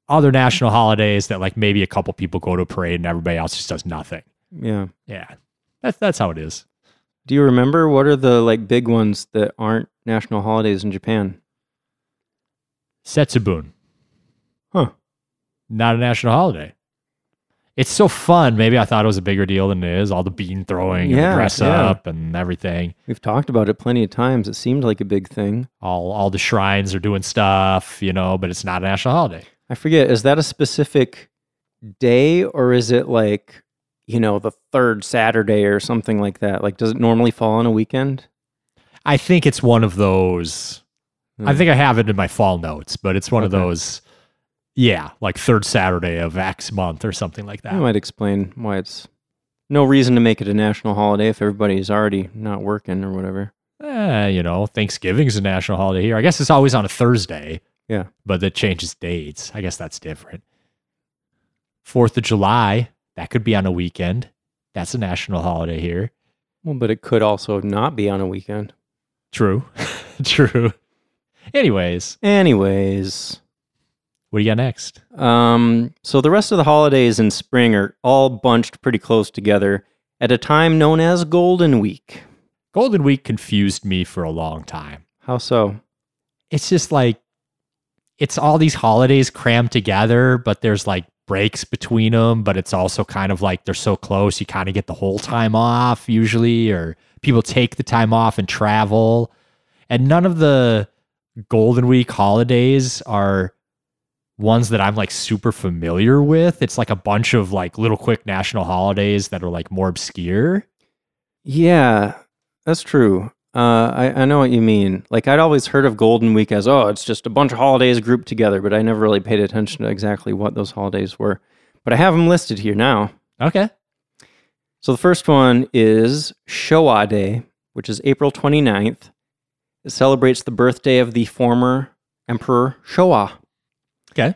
other national holidays that like maybe a couple people go to a parade and everybody else just does nothing. yeah. Yeah, that's that's how it is. Do you remember what are the like big ones that aren't national holidays in Japan? Setsubun, Huh. not a national holiday. It's so fun. Maybe I thought it was a bigger deal than it is. All the bean throwing and Yeah, the dress yeah. up and everything. We've talked about it plenty of times. It seemed like a big thing. all all the shrines are doing stuff, you know, but it's not a national holiday. I forget, is that a specific day or is it like, you know, the third Saturday or something like that? Like, does it normally fall on a weekend? I think it's one of those. I Hmm. think I have it in my fall notes, but it's one of Okay. those. Yeah, like third Saturday of X month or something like that. That might explain why it's no reason to make it a national holiday if everybody's already not working or whatever. Eh, you know, Thanksgiving's a national holiday here. I guess it's always on a Thursday. Yeah. but that changes dates. I guess that's different. Fourth of July that could be on a weekend. That's a national holiday here. Well, but it could also not be on a weekend. True, [laughs] true. Anyways, Anyways, what do you got next? um, so the rest of the holidays in spring are all bunched pretty close together at a time known as Golden Week. Golden Week confused me for a long time. How so? It's just like it's all these holidays crammed together, but there's like breaks between them, but it's also kind of like they're so close, you kind of get the whole time off usually, or people take the time off and travel. And none of the Golden Week holidays are ones that I'm like super familiar with. It's like a bunch of like little quick national holidays that are like more obscure. Yeah, that's true. Uh, I, I know what you mean. Like, I'd always heard of Golden Week as, oh, it's just a bunch of holidays grouped together, but I never really paid attention to exactly what those holidays were. But I have them listed here now. Okay. So the first one is Showa Day, which is April 29th. It celebrates the birthday of the former Emperor Showa. Okay.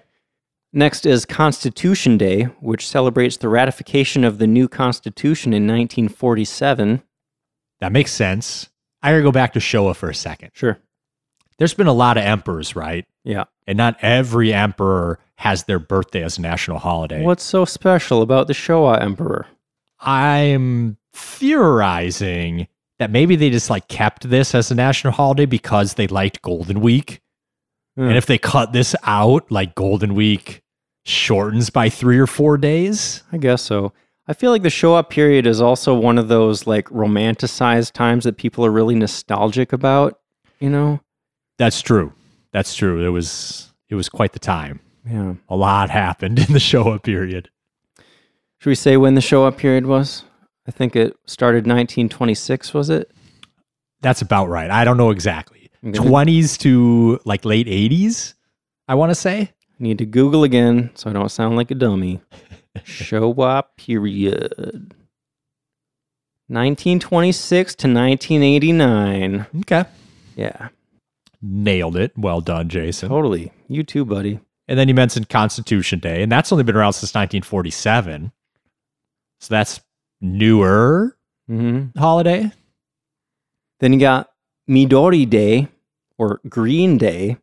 Next is Constitution Day, which celebrates the ratification of the new Constitution in 1947. That makes sense. I gotta go back to Showa for a second. Sure. There's been a lot of emperors, right? Yeah. And not every emperor has their birthday as a national holiday. What's so special about the Showa Emperor? I'm theorizing that maybe they just like kept this as a national holiday because they liked Golden Week. Hmm. And if they cut this out, like Golden Week shortens by three or four days. I guess so. I feel like the Showa period is also one of those like romanticized times that people are really nostalgic about, you know? That's true. That's true. It was it was quite the time. Yeah. A lot happened [laughs] in the Showa period. Should we say when the Showa period was? I think it started 1926, was it? That's about right. I don't know exactly. Okay. 20s to like late 80s, I want to say. Need to Google again so I don't sound like a dummy. Showa period. 1926 to 1989. Okay. Yeah, Nailed it. Well done, Jason. Oh. totally. You too, buddy. And then you mentioned Constitution Day, and that's only been around since 1947. So that's newer Mm-hmm. holiday. Then you got Midori Day or Green Day,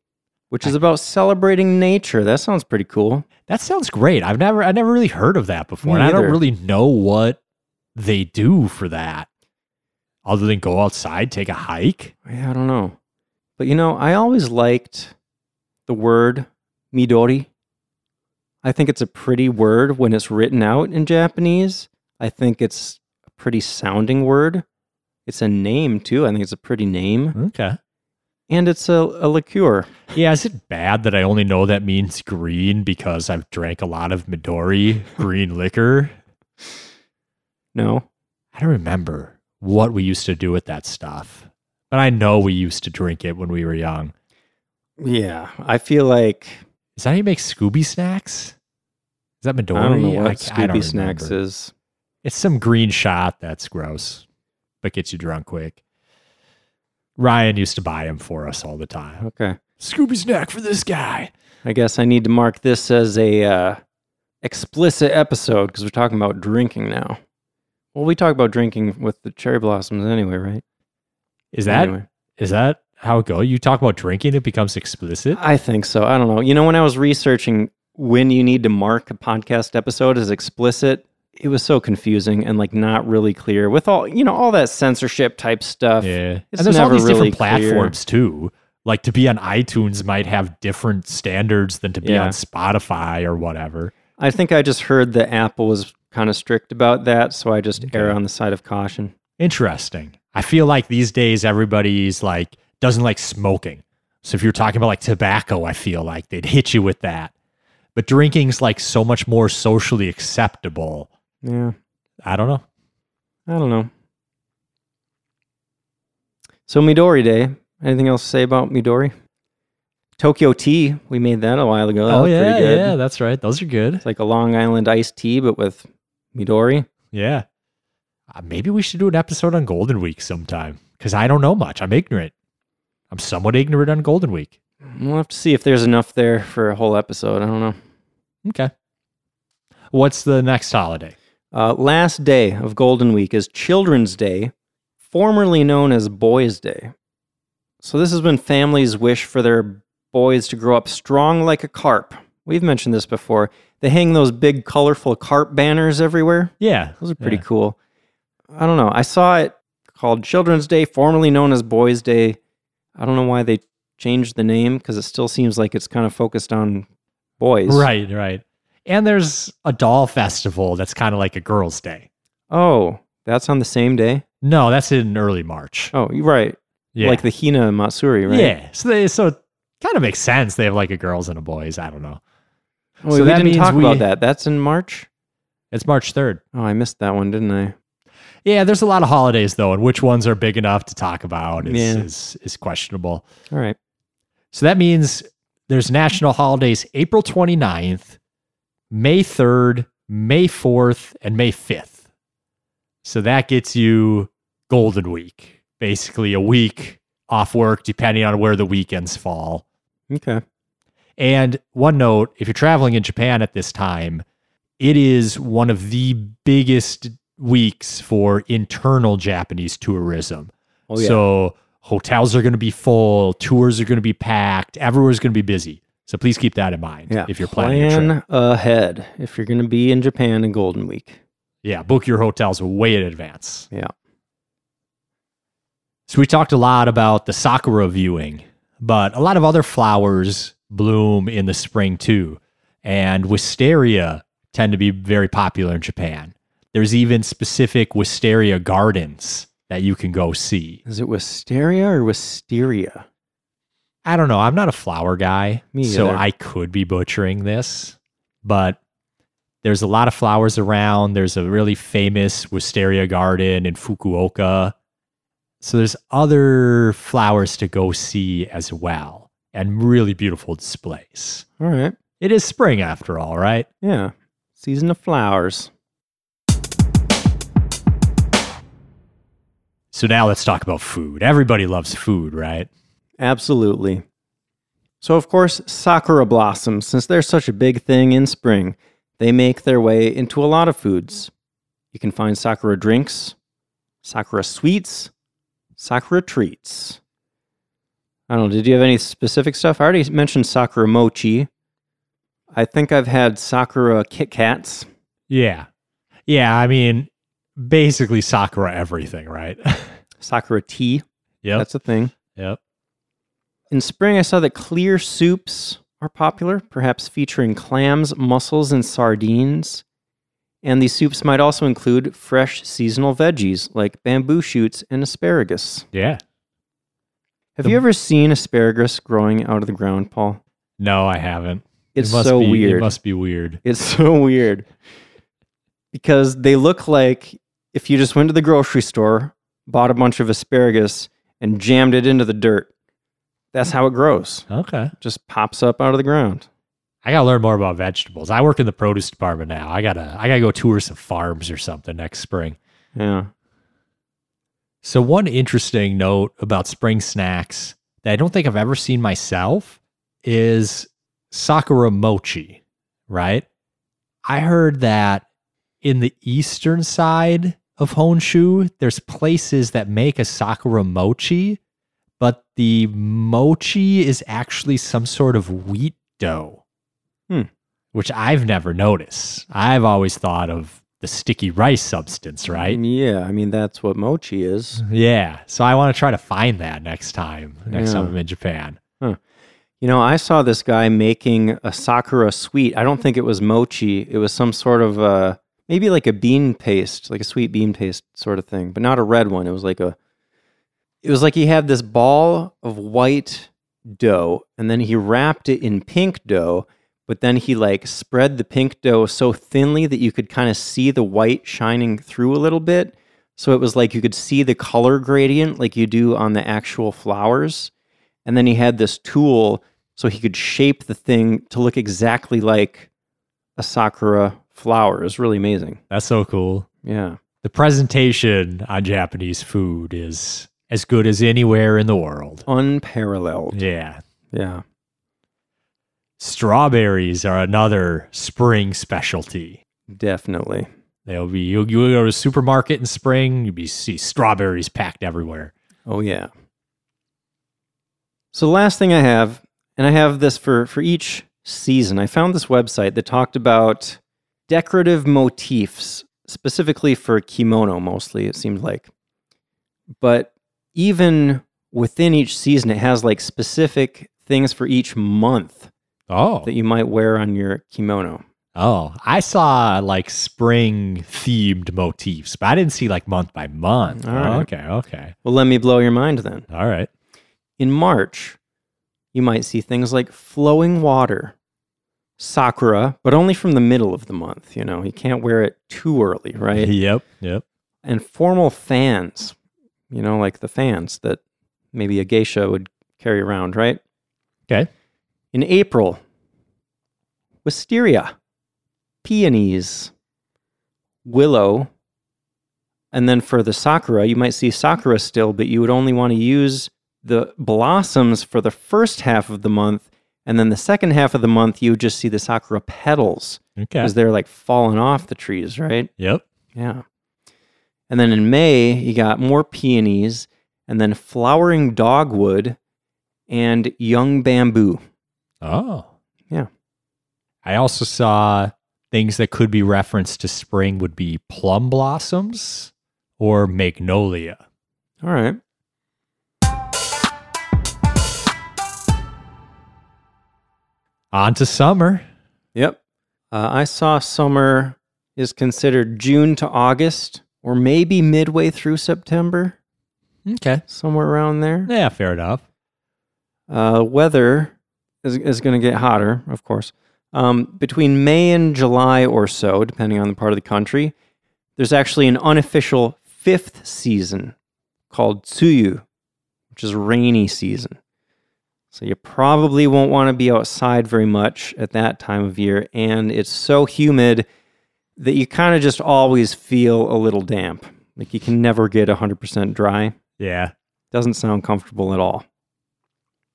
which is about celebrating nature. That sounds pretty cool. That sounds great. I've never I never really heard of that before. Me and I don't neither. really know what they do for that. Other than go outside, take a hike. Yeah, I don't know. But you know, I always liked the word Midori. I think it's a pretty word when it's written out in Japanese. I think it's a pretty sounding word. It's a name too. I think it's a pretty name. Okay. And it's a, a liqueur. Yeah, is it bad that I only know that means green because I've drank a lot of Midori green liquor? No. I don't remember what we used to do with that stuff. But I know we used to drink it when we were young. Yeah. I feel like Is that how you make Scooby snacks? Is that Midori? I don't know what ca- I don't Scooby Snacks remember. is. It's some green shot that's gross, but gets you drunk quick. Ryan used to buy them for us all the time. Okay. Scooby snack for this guy. I guess I need to mark this as a uh, explicit episode because we're talking about drinking now. Well, we talk about drinking with the cherry blossoms anyway, right? Is that is Anyway. that how it go? You talk about drinking, it becomes explicit. I think so. I don't know. You know, when I was researching when you need to mark a podcast episode as explicit, it was so confusing and like not really clear with all you know all that censorship type stuff. yeah, It's and there's all never these really different platforms too. Like to be on iTunes might have different standards than to be Yeah. on Spotify or whatever. I think I just heard that Apple was kind of strict about that, so I just err Okay. on the side of caution. Interesting. I feel like these days everybody's like doesn't like smoking. So if you're talking about like tobacco, I feel like they'd hit you with that. But drinking's like so much more socially acceptable. Yeah. I don't know. I don't know. So Midori Day. Anything else to say about Midori? Tokyo Tea. We made that a while ago. That Oh, was pretty good. that's right. Those are good. It's like a Long Island iced tea, but with Midori. Yeah. Uh, maybe we should do an episode on Golden Week sometime because I don't know much. I'm ignorant. I'm somewhat ignorant on Golden Week. We'll have to see if there's enough there for a whole episode. I don't know. Okay. What's the next holiday? Uh, last day of Golden Week is Children's Day, formerly known as Boys' Day. So, this is when families wish for their boys to grow up strong like a carp. We've mentioned this before. They hang those big, colorful carp banners everywhere. Yeah. Those are pretty Yeah. cool. I don't know. I saw it called Children's Day, formerly known as Boys' Day. I don't know why they changed the name because it still seems like it's kind of focused on boys. Right, right. And there's a doll festival that's kind of like a girls' day. Oh, that's on the same day? No, that's in early March. Oh, you're right. yeah. like the Hina and Matsuri, right? Yeah. So they, so it kind of makes sense. They have like a girls and a boys. I don't know. Oh, So we that didn't means talk we- about that. That's in March. It's March 3rd. Oh, I missed that one, didn't I? Yeah, there's a lot of holidays though, and which ones are big enough to talk about is Yeah. is, is questionable. All right. So that means there's national holidays April 29th, May 3rd, May 4th, and May 5th. So that gets you Golden Week, basically a week off work, depending on where the weekends fall. Okay. And one note if you're traveling in Japan at this time, it is one of the biggest weeks for internal Japanese tourism. Oh, yeah. So hotels are going to be full, tours are going to be packed, everywhere's going to be busy. So please keep that in mind yeah. if you're planning a trip. Plan ahead if you're going to be in Japan in Golden Week. Yeah, book your hotels way in advance. Yeah. So we talked a lot about the sakura viewing, but a lot of other flowers bloom in the spring too. And wisteria tend to be very popular in Japan. There's even specific wisteria gardens that you can go see. Is it Wisteria or Wisteria? I don't know. I'm not a flower guy, Me so either. I could be butchering this, but there's a lot of flowers around. There's a really famous wisteria garden in Fukuoka. So there's other flowers to go see as well and really beautiful displays. All right. It is spring after all, right? Yeah. Season of flowers. So now let's talk about food. Everybody loves food, right? Absolutely. So, of course, sakura blossoms, since they're such a big thing in spring, they make their way into a lot of foods. You can find sakura drinks, sakura sweets, sakura treats. I don't know, did you have any specific stuff? I already mentioned sakura mochi. I think I've had sakura Kit Kats. Yeah. Yeah. I mean, basically Sakura everything, right? [laughs] Sakura tea. yep. That's a thing. yep. In spring, I saw that clear soups are popular, perhaps featuring clams, mussels, and sardines. And these soups might also include fresh seasonal veggies like bamboo shoots and asparagus. Yeah. Have The- you ever seen asparagus growing out of the ground, Paul? No, I haven't. It It's must so be- weird. It must be weird. It's so weird because they look like if you just went to the grocery store, bought a bunch of asparagus, and jammed it into the dirt. That's how it grows. Okay. Just pops up out of the ground. I gotta learn more about vegetables. I work in the produce department now. I gotta I gotta go tour some farms or something next spring. Yeah. So one interesting note about spring snacks that I don't think I've ever seen myself is sakura mochi, right? I heard that in the eastern side of Honshu, there's places that make a sakura mochi, but the mochi is actually some sort of wheat dough, Hmm. which I've never noticed. I've always thought of the sticky rice substance, right? Yeah. I mean, that's what mochi is. Yeah. So I want to try to find that next time, next time Yeah. I'm in Japan. You know, I saw this guy making a sakura sweet. I don't think it was mochi. It was some sort of uh maybe like a bean paste, like a sweet bean paste sort of thing, but not a red one. It was like a it was like he had this ball of white dough and then he wrapped it in pink dough, but then he like spread the pink dough so thinly that you could kind of see the white shining through a little bit. So it was like you could see the color gradient like you do on the actual flowers. And then he had this tool so he could shape the thing to look exactly like a sakura flower. It was really amazing. That's so cool. Yeah. The presentation on Japanese food is as good as anywhere in the world. Unparalleled. Yeah. Yeah. Strawberries are another spring specialty. Definitely. They'll be you, you go to a supermarket in spring, you'll be see strawberries packed everywhere. Oh yeah. So the last thing I have, and I have this for for each season. I found this website that talked about decorative motifs specifically for kimono mostly it seemed like. But even within each season it has like specific things for each month Oh. that you might wear on your kimono. Oh, I saw like spring themed motifs, but I didn't see like month by month. All right. Okay, okay. Well, let me blow your mind then. All right. In March, you might see things like flowing water, sakura, but only from the middle of the month. You know, you can't wear it too early, right? Yep, yep. and formal fans, you know, like the fans that maybe a geisha would carry around, right? Okay. In April, wisteria, peonies, willow, and then for the sakura, you might see sakura still, but you would only want to use the blossoms for the first half of the month. And then the second half of the month, you would just see the sakura petals Okay. because they're like falling off the trees, right? Yep. Yeah. And then in May, you got more peonies and then flowering dogwood and young bamboo. Oh. Yeah. I also saw things that could be referenced to spring would be plum blossoms or magnolia. All right. On to summer. Yep. Uh, I saw summer is considered June to August or maybe midway through September, Okay. somewhere around there. Yeah, fair enough. Uh, weather is, is going to get hotter, of course. Um, between May and July or so, depending on the part of the country, there's actually an unofficial fifth season called Tsuyu, which is rainy season. So you probably won't want to be outside very much at that time of year. And it's so humid that you kind of just always feel a little damp. Like you can never get 100% dry. Yeah. Doesn't sound comfortable at all.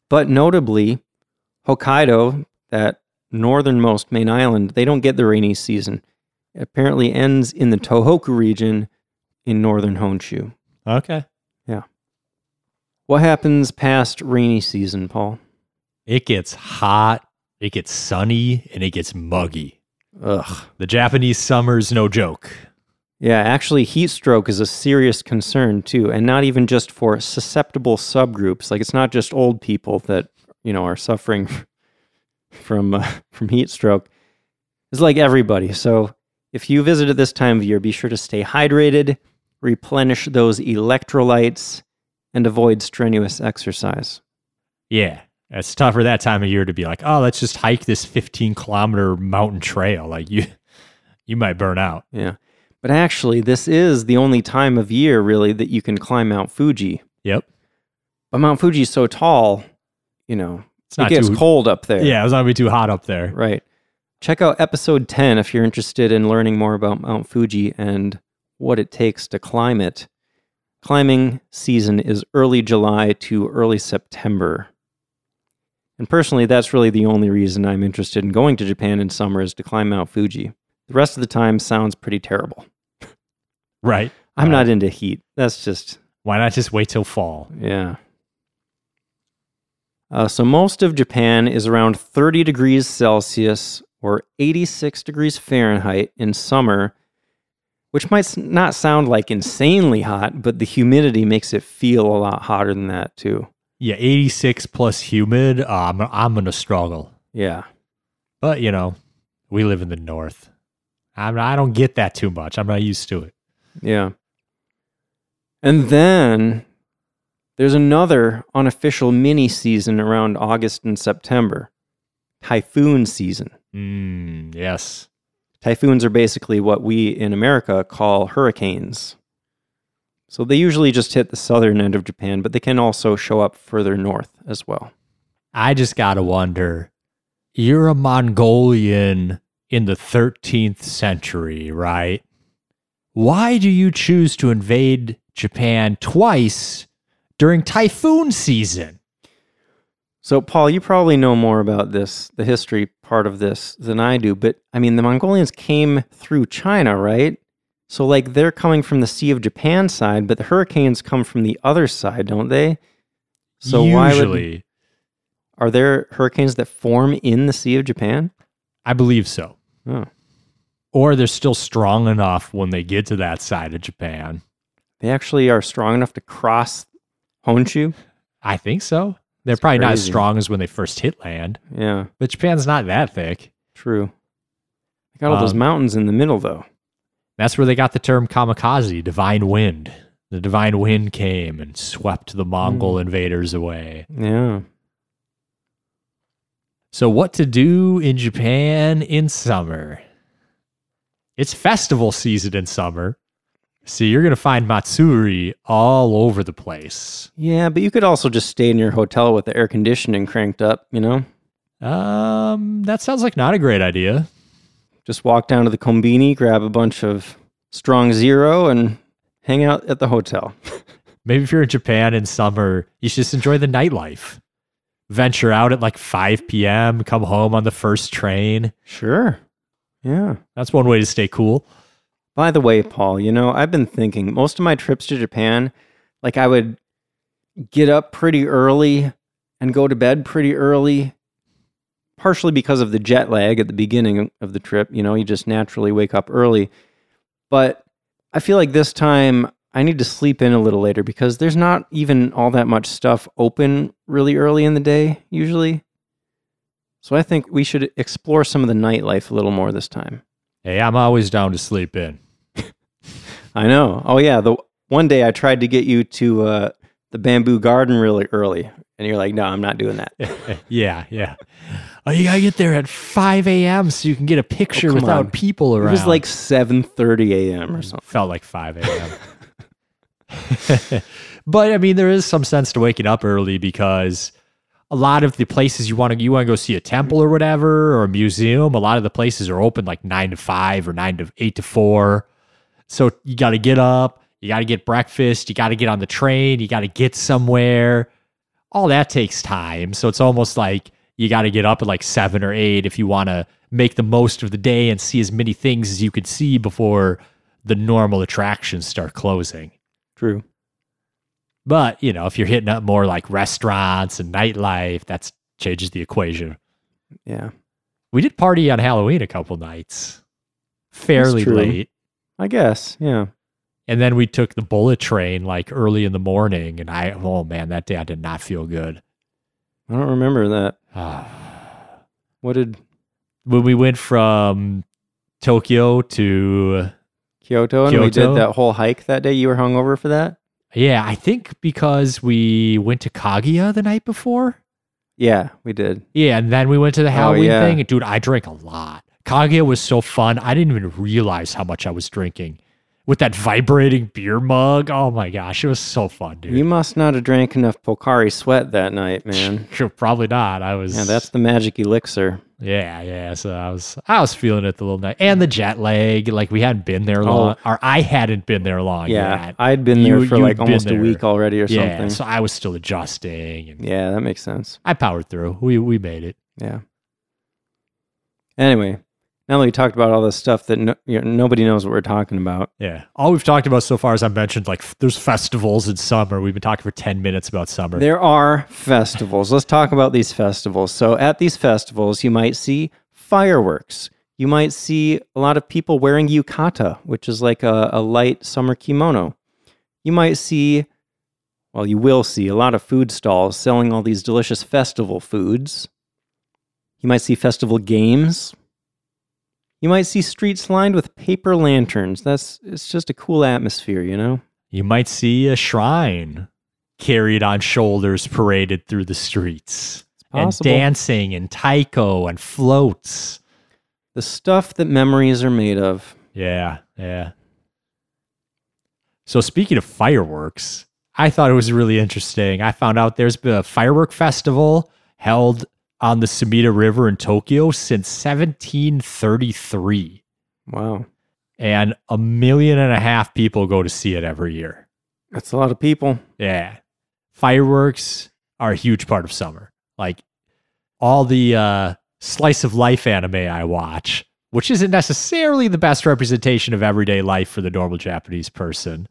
But notably, Hokkaido, that northernmost main island, they don't get the rainy season. It apparently ends in the Tohoku region in northern Honshu. Okay. What happens past rainy season, Paul? It gets hot, it gets sunny, and it gets muggy. Ugh. The Japanese summer's no joke. Yeah, actually, heat stroke is a serious concern too, and not even just for susceptible subgroups. Like, it's not just old people that you know are suffering [laughs] from uh, from heat stroke. It's like everybody. So, if you visit at this time of year, be sure to stay hydrated, replenish those electrolytes, and avoid strenuous exercise. Yeah. It's tougher that time of year to be like, oh, let's just hike this 15 kilometer mountain trail. Like you, [laughs] you might burn out. Yeah, but actually, this is the only time of year really that you can climb Mount Fuji. Yep. But Mount Fuji's so tall, you know, It's it not gets too cold up there. Yeah, it's not gonna be too hot up there. Right. Check out episode 10 if you're interested in learning more about Mount Fuji and what it takes to climb it. Climbing season is early July to early September. And personally, that's really the only reason I'm interested in going to Japan in summer is to climb Mount Fuji. The rest of the time sounds pretty terrible. Right. I'm Right. not into heat. That's just Why not just wait till fall? yeah. Uh, so most of Japan is around 30 degrees Celsius or 86 degrees Fahrenheit in summer, which might s- not sound like insanely hot, but the humidity makes it feel a lot hotter than that too. Yeah, 86 plus humid. Uh, I'm, I'm gonna struggle. Yeah. But you know, we live in the north. I'm I don't get that too much. I'm not used to it. Yeah. And then there's another unofficial mini season around August and September, typhoon season. Mm, yes. Typhoons are basically what we in America call hurricanes. So they usually just hit the southern end of Japan, but they can also show up further north as well. I just gotta wonder. You're a Mongolian in the 13th century, right? Why do you choose to invade Japan twice during typhoon season? So, Paul, you probably know more about this, the history part of this, than I do, but I mean, the Mongolians came through China, right? So, like, they're coming from the Sea of Japan side, but the hurricanes come from the other side, don't they? So, why would. Usually, Are there hurricanes that form in the Sea of Japan? I believe so. Oh. Or they're still strong enough when they get to that side of Japan. They actually are strong enough to cross Honshu. I think so. They're That's probably not as crazy. strong as when they first hit land, Yeah, but Japan's not that thick. true. They got all those Um, mountains in the middle, though. That's where they got the term kamikaze, divine wind. The divine wind came and swept the Mongol invaders away. Yeah. So, what to do in Japan in summer? It's festival season in summer. So, you're going to find Matsuri all over the place. Yeah, but you could also just stay in your hotel with the air conditioning cranked up, you know? Um, that sounds like not a great idea. Just walk down to the Kombini, grab a bunch of strong zero, and hang out at the hotel. Maybe if you're in Japan in summer, you should just enjoy the nightlife. Venture out at like 5 p.m., come home on the first train. Sure. Yeah. That's one way to stay cool. By the way, Paul, you know, I've been thinking most of my trips to Japan, like I would get up pretty early and go to bed pretty early, partially because of the jet lag at the beginning of the trip. You know, you just naturally wake up early. But I feel like this time I need to sleep in a little later because there's not even all that much stuff open really early in the day, usually. So I think we should explore some of the nightlife a little more this time. Hey, I'm always down to sleep in. I know. Oh yeah, the one day I tried to get you to uh, the bamboo garden really early, and you're like, "No, I'm not doing that." yeah, yeah. Oh, you gotta get there at 5 a.m. so you can get a picture Oh, come without on. people It around. was like 7:30 a.m. Mm. or something. felt like 5 a.m. [laughs] but I mean, there is some sense to waking up early because a lot of the places you want to you want to go see a temple or whatever or a museum, a lot of the places are open like nine to five or nine to eight to four. So you got to get up, you got to get breakfast, you got to get on the train, you got to get somewhere. All that takes time. So it's almost like you got to get up at like seven or eight if you want to make the most of the day and see as many things as you could see before the normal attractions start closing. True. But, you know, if you're hitting up more like restaurants and nightlife, that changes the equation. Yeah. We did party on Halloween a couple nights, fairly true. late. I guess. Yeah. And then we took the bullet train like early in the morning. And I, oh man, that day I did not feel good. [sighs] I don't remember that. What did when we went from Tokyo to, Kyoto and we Kyoto? did that whole hike that day? You were hungover for that? yeah, I think because we went to Kaguya the night before. Yeah, we did. Yeah, and then we went to the Halloween Oh, yeah. thing. And dude, I drank a lot. Kaguya was so fun. I didn't even realize how much I was drinking with that vibrating beer mug. Oh my gosh, it was so fun, dude. You must not have drank enough Pocari sweat that night, man. [laughs] Sure, Probably not. I was. yeah, that's the magic elixir. Yeah, yeah. So I was, I was feeling it the little night, and the jet lag. Like we hadn't been there long, or I hadn't been there long Oh. Yeah. yet. I'd been You- there for you'd like been almost a there. week already or yeah, something. so I was still adjusting, and yeah, that makes sense. I powered through. We we made it. Yeah. Anyway, now that we talked about all this stuff that no, you know, nobody knows what we're talking about, Yeah. All we've talked about so far, as I mentioned, like f- there's festivals in summer. We've been talking for ten minutes about summer. there are festivals. Let's talk about these festivals. So, at these festivals, you might see fireworks. You might see a lot of people wearing yukata, which is like a, a light summer kimono. You might see, well, you will see a lot of food stalls selling all these delicious festival foods. You might see festival games. You might see streets lined with paper lanterns. That's it's just a cool atmosphere, you know? you might see a shrine carried on shoulders, paraded through the streets, and possible. dancing and taiko and floats. The stuff that memories are made of. Yeah, yeah. So speaking of fireworks, I thought it was really interesting. I found out there's been a firework festival held on the Sumida River in Tokyo since 1733, Wow. and a million and a half people go to see it every year. That's a lot of people. Yeah. Fireworks are a huge part of summer. Like all the uh, slice of life anime I watch, which isn't necessarily the best representation of everyday life for the normal Japanese person,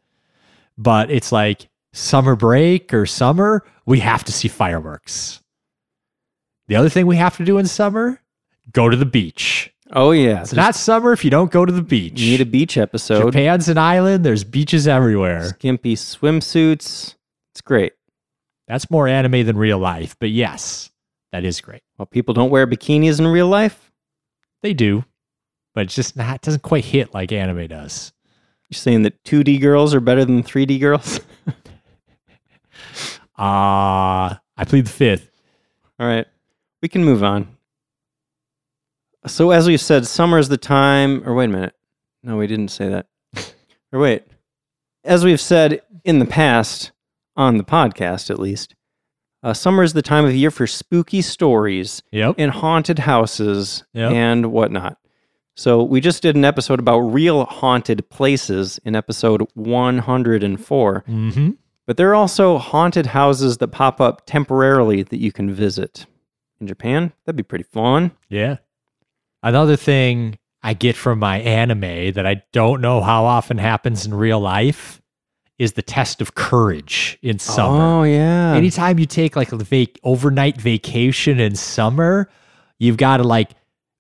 but it's like summer break or summer, we have to see fireworks. The other thing we have to do in summer, go to the beach. Oh yeah. It's not summer if you don't go to the beach. You need a beach episode. Japan's an island, there's beaches everywhere. Skimpy swimsuits. It's great. That's more anime than real life, but yes, that is great. Well, people don't wear bikinis in real life. They do, but it's just not it doesn't quite hit like anime does. You're saying that 2D girls are better than 3D girls? [laughs] Ah, I plead the fifth. All right. We can move on. So as we said, summer is the time or wait a minute. No, we didn't say [laughs] that. or wait. As we've said in the past, on the podcast at least, uh, summer is the time of year for spooky stories Yep. in haunted houses Yep. and whatnot. So we just did an episode about real haunted places in episode 104. Mm-hmm. But there are also haunted houses that pop up temporarily that you can visit in Japan. That'd be pretty fun. Yeah. Another thing I get from my anime that I don't know how often happens in real life is the test of courage in summer. Oh yeah. anytime you take like a vac- overnight vacation in summer, you've got to like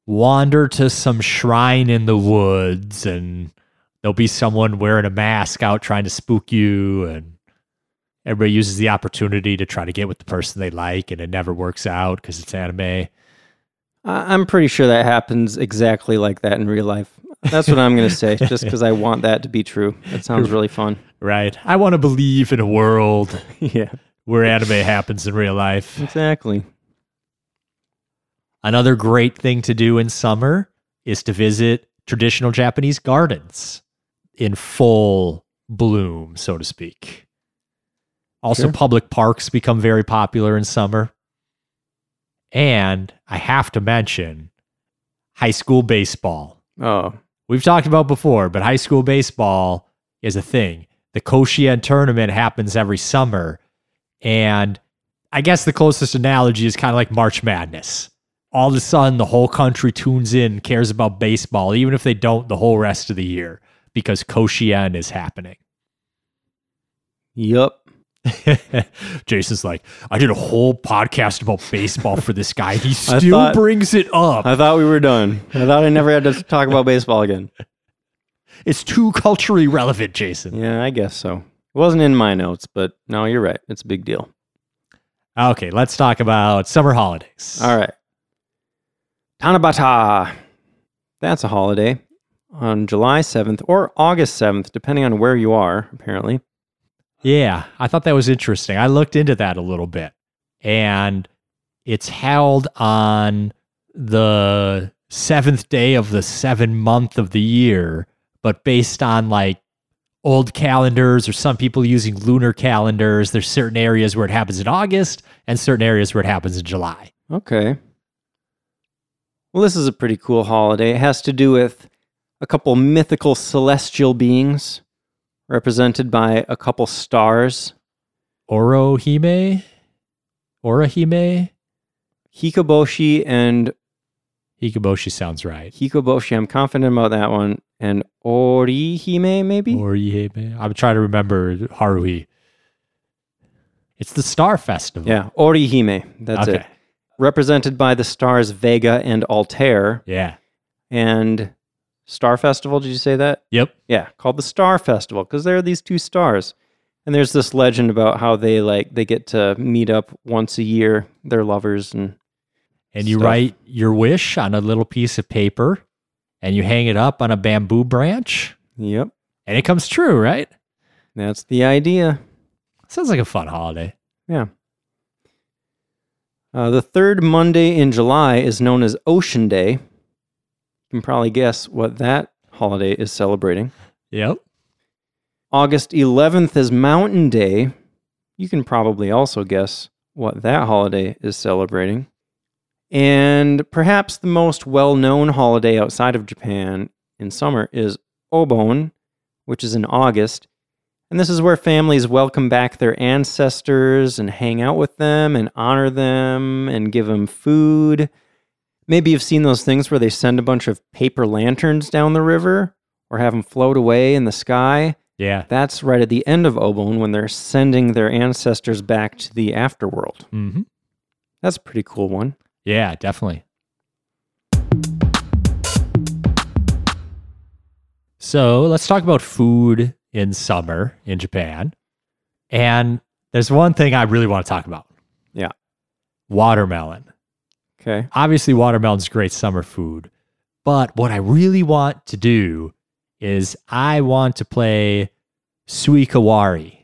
wander to some shrine in the woods and there'll be someone wearing a mask out trying to spook you and everybody uses the opportunity to try to get with the person they like and it never works out because it's anime. I- I'm pretty sure that happens exactly like that in real life. That's what [laughs] I'm going to say, just because I want that to be true. That sounds really fun. Right. I want to believe in a world yeah, where anime happens in real life. exactly. Another great thing to do in summer is to visit traditional Japanese gardens in full bloom, so to speak. Also, Sure. public parks become very popular in summer. And I have to mention high school baseball. Oh, We've talked about before, but high school baseball is a thing. The Koshien tournament happens every summer. And I guess the closest analogy is kind of like March Madness. All of a sudden, the whole country tunes in, cares about baseball, even if they don't the whole rest of the year, because Koshien is happening. [laughs] Yup. Jason's like, I did a whole podcast about baseball for this guy. He [laughs] I still [laughs] thought- brings it up. I thought we were done. I thought I never had to talk about baseball again. it's too culturally relevant, Jason. Yeah, I guess so. It wasn't in my notes, but no, you're right. It's a big deal. Okay, let's talk about summer holidays. All right. Tanabata. That's a holiday on July 7th or August 7th, depending on where you are, apparently. Yeah, I thought that was interesting. I looked into that a little bit, and it's held on the seventh day of the seven month of the year, but based on like old calendars or some people using lunar calendars, there's certain areas where it happens in August and certain areas where it happens in July. Okay. Well, this is a pretty cool holiday. It has to do with a couple mythical celestial beings represented by a couple stars. Orohime, Orahime, Hikaboshi and Hikaboshi sounds right. Hikoboshi. I'm confident about that one. And Orihime, maybe? Orihime. I'm trying to remember Haruhi. It's the Star Festival. yeah, Orihime. That's it. Represented by the stars Vega and Altair. Yeah. And Star Festival, did you say that? Yep. Yeah, called the Star Festival because there are these two stars. And there's this legend about how they like they get to meet up once a year, their lovers and And you Stuff. write your wish on a little piece of paper and you hang it up on a bamboo branch yep, and it comes true, right? that's the idea. Sounds like a fun holiday. Uh, the third Monday in July is known as Ocean Day. You can probably guess what that holiday is celebrating. Yep. August 11th is Mountain Day. You can probably also guess what that holiday is celebrating. And perhaps the most well known holiday outside of Japan in summer is Obon, which is in August. And this is where families welcome back their ancestors and hang out with them and honor them and give them food. Maybe you've seen those things where they send a bunch of paper lanterns down the river or have them float away in the sky. Yeah. That's right at the end of Obon when they're sending their ancestors back to the afterworld. hmm That's a pretty cool one. Yeah, definitely. So let's talk about food in summer in Japan. And there's one thing I really want to talk about. Yeah. Watermelon. Okay. obviously watermelon's great summer food but what i really want to do is i want to play suikawari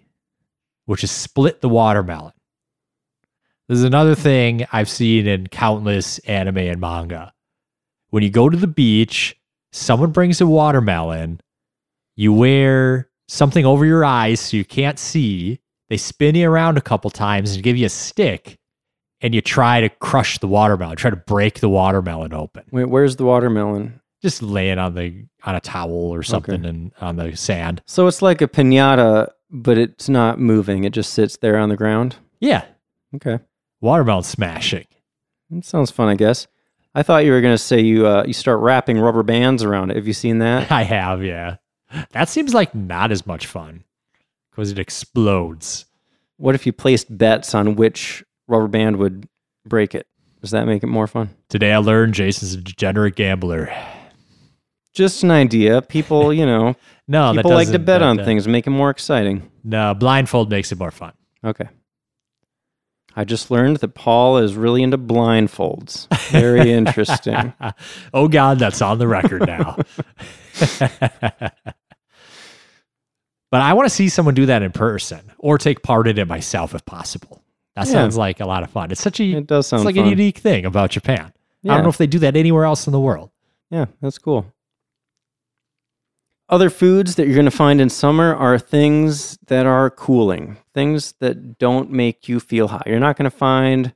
which is split the watermelon this is another thing i've seen in countless anime and manga when you go to the beach someone brings a watermelon you wear something over your eyes so you can't see they spin you around a couple times and give you a stick and you try to crush the watermelon, try to break the watermelon open. Wait, where's the watermelon? Just lay it on the on a towel or something and on the sand. So it's like a pinata, but it's not moving. It just sits there on the ground. Yeah. Okay. Watermelon smashing. [laughs] That sounds fun, I guess. I thought you were going to say you uh, you start wrapping rubber bands around it. Have you seen that? I have, yeah. That seems like not as much fun because it explodes. What if you placed bets on which rubber band would break it? Does that make it more fun? Today I learned Jason's a degenerate gambler. Just an idea. People, you know, No, Oh, that people like to doesn't- bet that- on that- things, make it more exciting. No, blindfold makes it more fun. [laughs] Okay. I just learned that Paul is really into blindfolds. [laughs] Very interesting. oh God, that's on the record [laughs] now. [laughs] but I want to see someone do that in person or take part in it myself if possible. That Yeah. sounds like a lot of fun. It's such a It does sound it's like fun. a unique thing about Japan. I Yeah. don't know if they do that anywhere else in the world. Yeah, that's cool. Other foods that you're going to find in summer are things that are cooling, things that don't make you feel hot. You're not going to find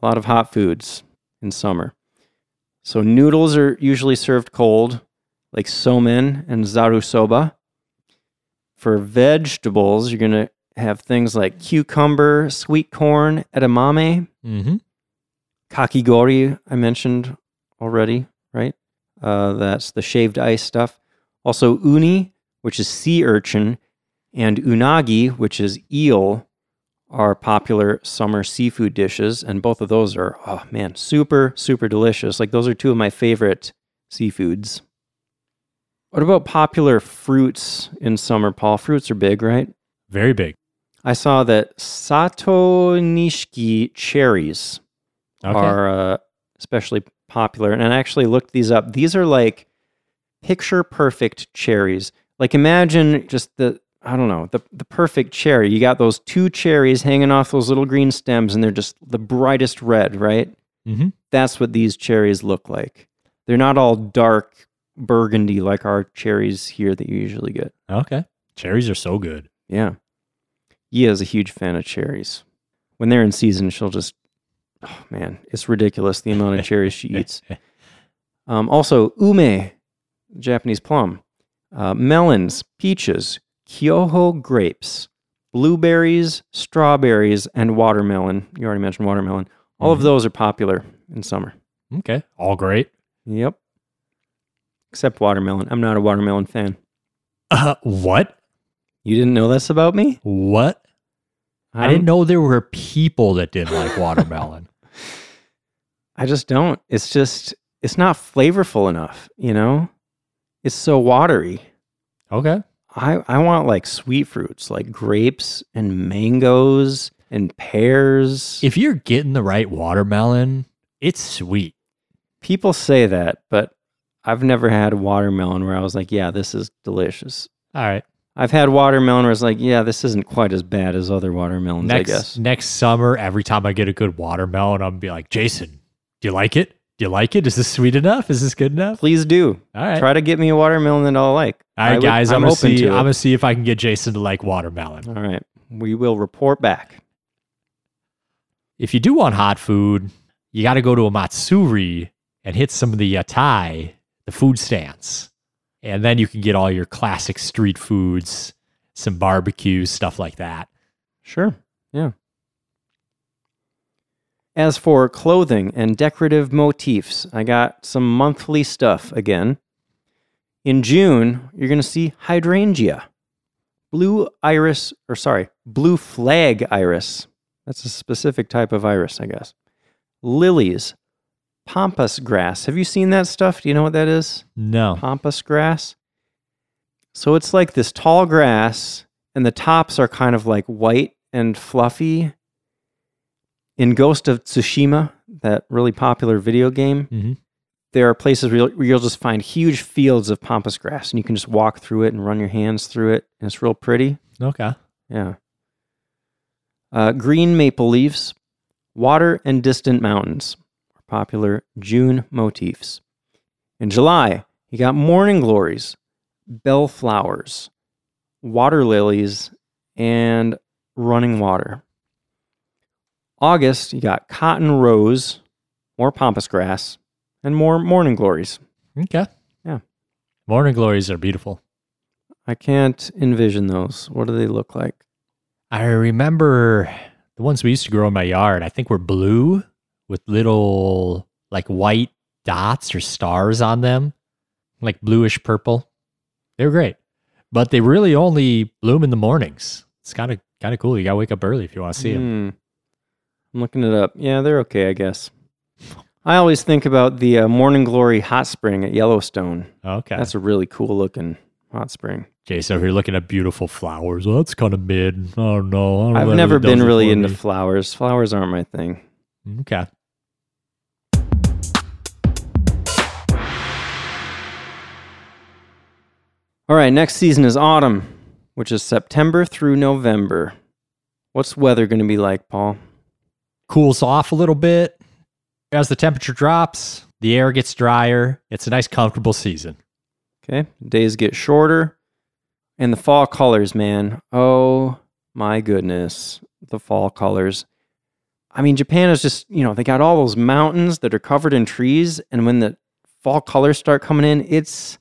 a lot of hot foods in summer. So, noodles are usually served cold, like somen and zaru soba. For vegetables, you're going to have things like cucumber, sweet corn, edamame, Mm-hmm. kakigori, I mentioned already, right? Uh, that's the shaved ice stuff. Also, uni, which is sea urchin, and unagi, which is eel, are popular summer seafood dishes. And both of those are, oh man, super, super delicious. Like, those are two of my favorite seafoods. What about popular fruits in summer, Paul? Fruits are big, right? Very big. I saw that Sato Nishiki cherries Okay. are uh, especially popular. And I actually looked these up. These are like picture perfect cherries. Like imagine just the I don't know the the perfect cherry. You got those two cherries hanging off those little green stems, and they're just the brightest red, right? mm-hmm. That's what these cherries look like. They're not all dark burgundy like our cherries here that you usually get. Okay. Cherries are so good. Yeah. Yia is a huge fan of cherries. When they're in season, she'll just, oh man, it's ridiculous the amount of cherries she eats. [laughs] Um, also, ume, Japanese plum, uh, melons, peaches, kyoho grapes, blueberries, strawberries, and watermelon. You already mentioned watermelon. All Mhm. of those are popular in summer. Okay. All great. [laughs] Yep. Except watermelon. I'm not a watermelon fan. Uh, what? You didn't know this about me? What? I I'm- didn't know there were people that didn't [laughs] like watermelon. I just don't. It's just it's not flavorful enough, you know? It's so watery. okay. I I want like sweet fruits, like grapes and mangoes and pears. If you're getting the right watermelon, it's sweet. People say that, but I've never had a watermelon where I was like, yeah, this is delicious. All right. I've had watermelon where it's like, yeah, this isn't quite as bad as other watermelons, Next I guess. next summer, every time I get a good watermelon, I'm gonna be like, Jason, do you like it? Do you like it? Is this sweet enough? Is this good enough? Please do. All right. Try to get me a watermelon that I'll like. All right, I would- guys. I'm, gonna open see. to it. I'm gonna see if I can get Jason to like watermelon. All right. We will report back. If you do want hot food, you got to go to a matsuri and hit some of the yatai, the food stands, and then you can get all your classic street foods, some barbecues, stuff like that. Sure. Yeah. As for clothing and decorative motifs, I got some monthly stuff again. In June, you're going to see hydrangea, blue iris, or sorry, blue flag iris. That's a specific type of iris, I guess. Lilies, pampas grass. Have you seen that stuff? Do you know what that is? No, pampas grass. So it's like this tall grass, and the tops are kind of like white and fluffy. In Ghost of Tsushima, that really popular video game, Mhm. there are places where you'll, where you'll just find huge fields of pampas grass, and you can just walk through it and run your hands through it, and it's real pretty. okay, Yeah. Uh, green maple leaves, water and distant mountains are popular June motifs. In July, you got morning glories, bell flowers, water lilies, and running water. August, you got cotton rose, more pampas grass, and more morning glories. okay, Yeah. Morning glories are beautiful. I can't envision those. What do they look like? I remember the ones we used to grow in my yard. I think were blue with little like white dots or stars on them, like bluish purple. They were great, but they really only bloom in the mornings. It's kind of kind of cool. You gotta wake up early if you want to see them. Hmm. I'm looking it up. Yeah, they're okay, [laughs] I guess. I always think about the uh, Morning Glory hot spring at Yellowstone. Okay, Mm, That's a really cool looking hot spring. Jason over here looking at beautiful flowers. Well, that's kind of mid. Oh no, I don't know I've that never does been it really for into me. flowers. Flowers aren't my thing. okay, All right, next season is autumn, which is September through November. What's weather going to be like, Paul? cools off a little bit as the temperature drops. The air gets drier. It's a nice, comfortable season. Okay, days get shorter. And the fall colors, man. Oh my goodness, the fall colors. I mean, Japan is just, you know, they got all those mountains that are covered in trees. And when the fall colors start coming in, it's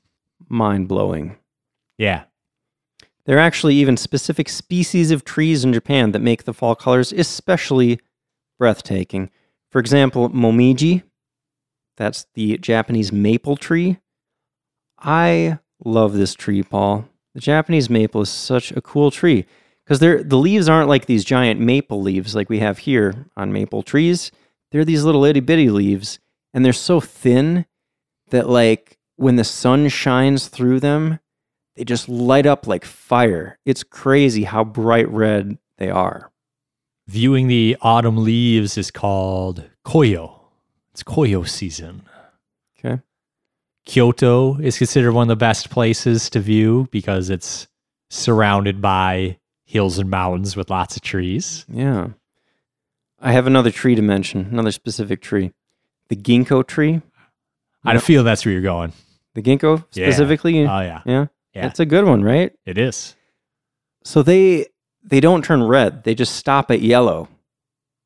mind blowing. Yeah. There are actually even specific species of trees in Japan that make the fall colors especially breathtaking. For example, momiji, that's the Japanese maple tree. I love this tree, Paul. The Japanese maple is such a cool tree because they're the leaves aren't like these giant maple leaves like we have here on maple trees. They're these little itty bitty leaves, and they're so thin that like when the sun shines through them, they just light up like fire. It's crazy how bright red they are. Viewing the autumn leaves is called koyo. It's koyo season. Okay. Kyoto is considered one of the best places to view because it's surrounded by hills and mountains with lots of trees. Yeah. I have another tree to mention, another specific tree. The ginkgo tree. I Yep. feel that's where you're going. The ginkgo Yeah. specifically. Oh yeah, yeah. yeah. That's a good one, right? it is. So they they don't turn red. They just stop at yellow.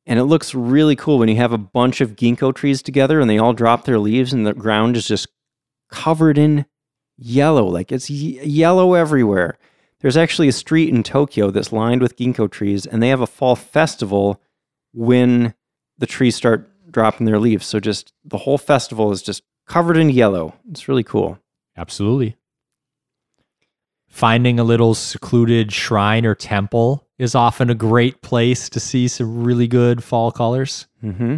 And it looks really cool when you have a bunch of ginkgo trees together and they all drop their leaves and the ground is just covered in yellow. Like it's ye- yellow everywhere. There's actually a street in Tokyo that's lined with ginkgo trees and they have a fall festival when the trees start dropping their leaves. So just the whole festival is just covered in yellow. It's really cool. Absolutely. Finding a little secluded shrine or temple is often a great place to see some really good fall colors. hmm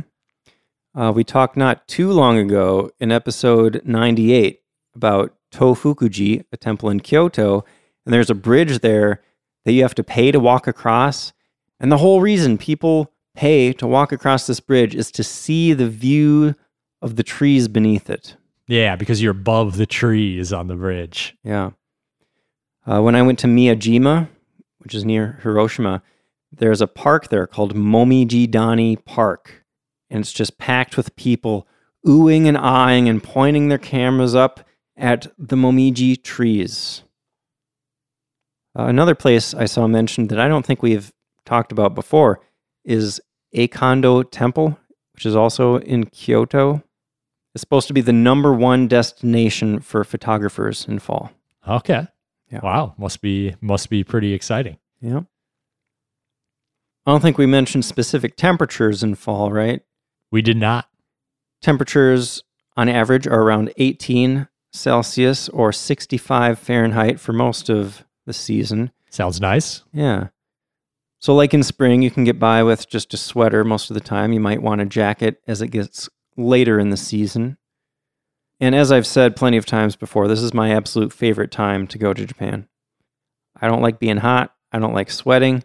Uh, we talked not too long ago in episode 98 about Tofukuji, a temple in Kyoto, and there's a bridge there that you have to pay to walk across. And the whole reason people pay to walk across this bridge is to see the view of the trees beneath it. Yeah, because you're above the trees on the bridge. Yeah. Uh, when I went to Miyajima, which is near Hiroshima, there's a park there called Momiji Dani Park. And it's just packed with people oohing and eyeing and pointing their cameras up at the Momiji trees. Uh, another place I saw mentioned that I don't think we've talked about before is Eikondo Temple, which is also in Kyoto. It's supposed to be the number one destination for photographers in fall. Okay. Yeah. Wow, must be must be pretty exciting. Yeah. I don't think we mentioned specific temperatures in fall, right? We did not. Temperatures on average are around 18 Celsius or 65 Fahrenheit for most of the season. Sounds nice. Yeah. So, like in spring, you can get by with just a sweater most of the time. You might want a jacket as it gets later in the season. And as I've said plenty of times before, this is my absolute favorite time to go to Japan. I don't like being hot, I don't like sweating.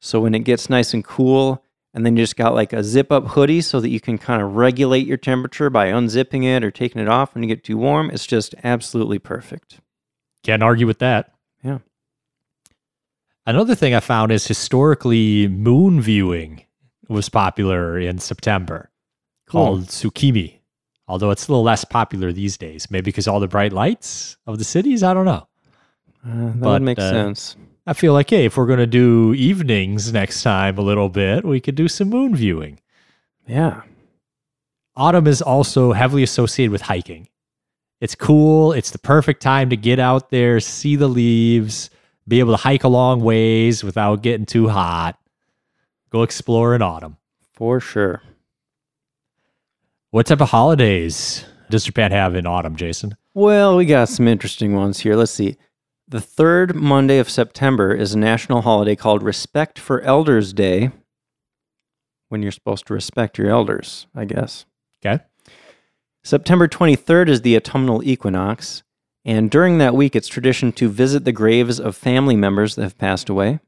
So, when it gets nice and cool, and then you just got like a zip up hoodie so that you can kind of regulate your temperature by unzipping it or taking it off when you get too warm, it's just absolutely perfect. Can't argue with that. Yeah. Another thing I found is historically moon viewing was popular in September called Hmm. Tsukimi, although it's a little less popular these days, maybe because all the bright lights of the cities. I don't know. Uh, that But, would make uh, sense. I feel like, hey, if we're going to do evenings next time a little bit, we could do some moon viewing. Yeah. Autumn is also heavily associated with hiking. It's cool. It's the perfect time to get out there, see the leaves, be able to hike a long ways without getting too hot. Go explore in autumn. For sure. What type of holidays does Japan have in autumn, Jason? Well, we got some interesting ones here. Let's see. The third Monday of September is a national holiday called Respect for Elders Day, when you're supposed to respect your elders, I guess. Okay. September 23rd is the autumnal equinox, and during that week, it's tradition to visit the graves of family members that have passed away.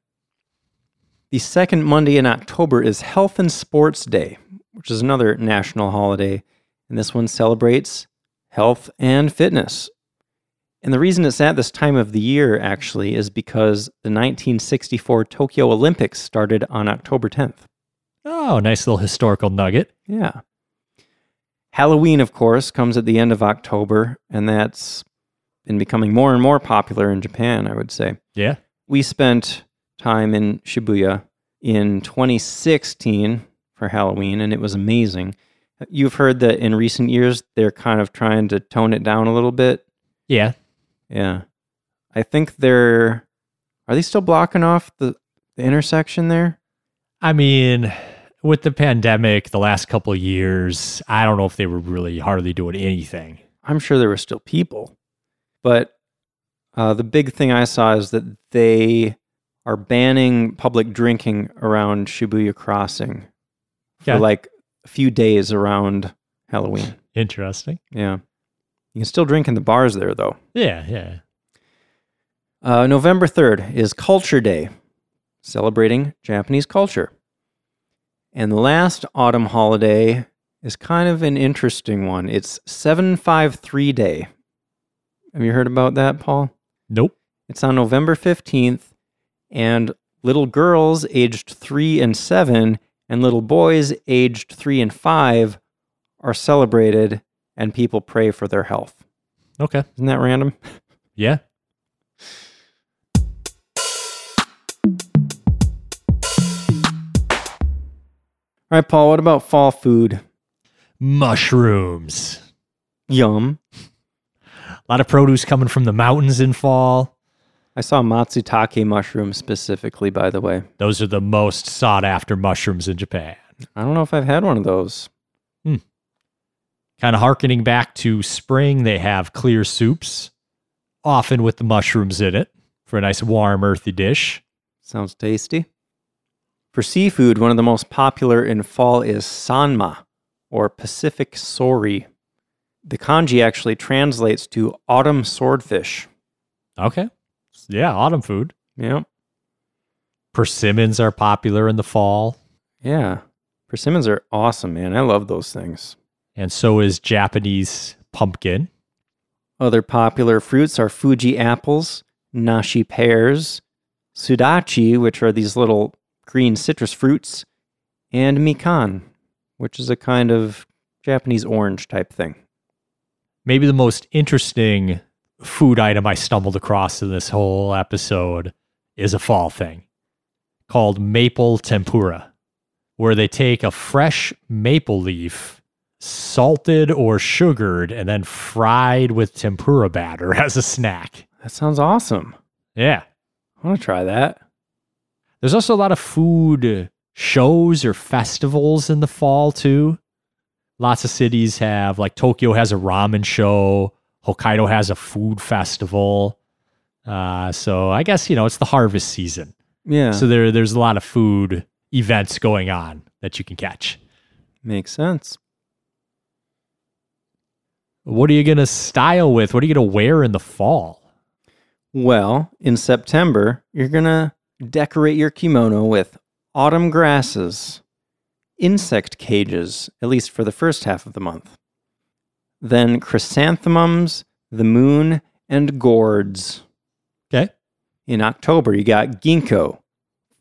The second Monday in October is Health and Sports Day, which is another national holiday, and this one celebrates health and fitness. And the reason it's at this time of the year, actually, is because the 1964 Tokyo Olympics started on October 10th. Oh, nice little historical nugget. Yeah. Halloween, of course, comes at the end of October, and that's been becoming more and more popular in Japan, I would say. Yeah. We spent time in Shibuya in 2016 for Halloween, and it was amazing. You've heard that in recent years, they're kind of trying to tone it down a little bit. Yeah. Yeah. I think they're Are they still blocking off the, the intersection there? I mean, with the pandemic, the last couple of years, I don't know if they were really hardly doing anything. I'm sure there were still people. But uh, the big thing I saw is that they are banning public drinking around Shibuya Crossing Yeah. for like a few days around Halloween. Interesting. Yeah. You can still drink in the bars there, though. Yeah, yeah. Uh, November 3rd is Culture Day, celebrating Japanese culture. And the last autumn holiday is kind of an interesting one. It's 753 Day. Have you heard about that, Paul? Nope. It's on November 15th, and little girls aged three and seven and little boys aged three and five are celebrated, and people pray for their health. Okay. Isn't that random? Yeah. All right, Paul, what about fall food? Mushrooms. Yum. A lot of produce coming from the mountains in fall. I saw matsutake mushrooms specifically, by the way. Those are the most sought after mushrooms in Japan. I don't know if I've had one of those. Kind of harkening back to spring, they have clear soups, often with the mushrooms in it for a nice warm, earthy dish. Sounds tasty. For seafood, one of the most popular in fall is sanma or Pacific sori. The kanji actually translates to autumn swordfish. Okay. Yeah, autumn food. Yeah. Persimmons are popular in the fall, Yeah. Persimmons are awesome, man. I love those things. and so is Japanese pumpkin. Other popular fruits are Fuji apples, nashi pears, sudachi, which are these little green citrus fruits, and mikan, which is a kind of Japanese orange type thing. Maybe the most interesting food item I stumbled across in this whole episode is a fall thing called maple tempura, where they take a fresh maple leaf, salted or sugared, and then fried with tempura batter [laughs] as a snack. That sounds awesome. Yeah. I want to try that. There's also a lot of food shows or festivals in the fall too. Lots of cities have like Tokyo has a ramen show, Hokkaido has a food festival. Uh, so I guess you know it's the harvest season, Yeah. so there there's a lot of food events going on that you can catch. makes sense. What are you gonna style with? What are you gonna wear in the fall? Well, in September, you're going to decorate your kimono with autumn grasses, insect cages, at least for the first half of the month, then chrysanthemums, the moon, and gourds. Okay, In October, you got ginkgo,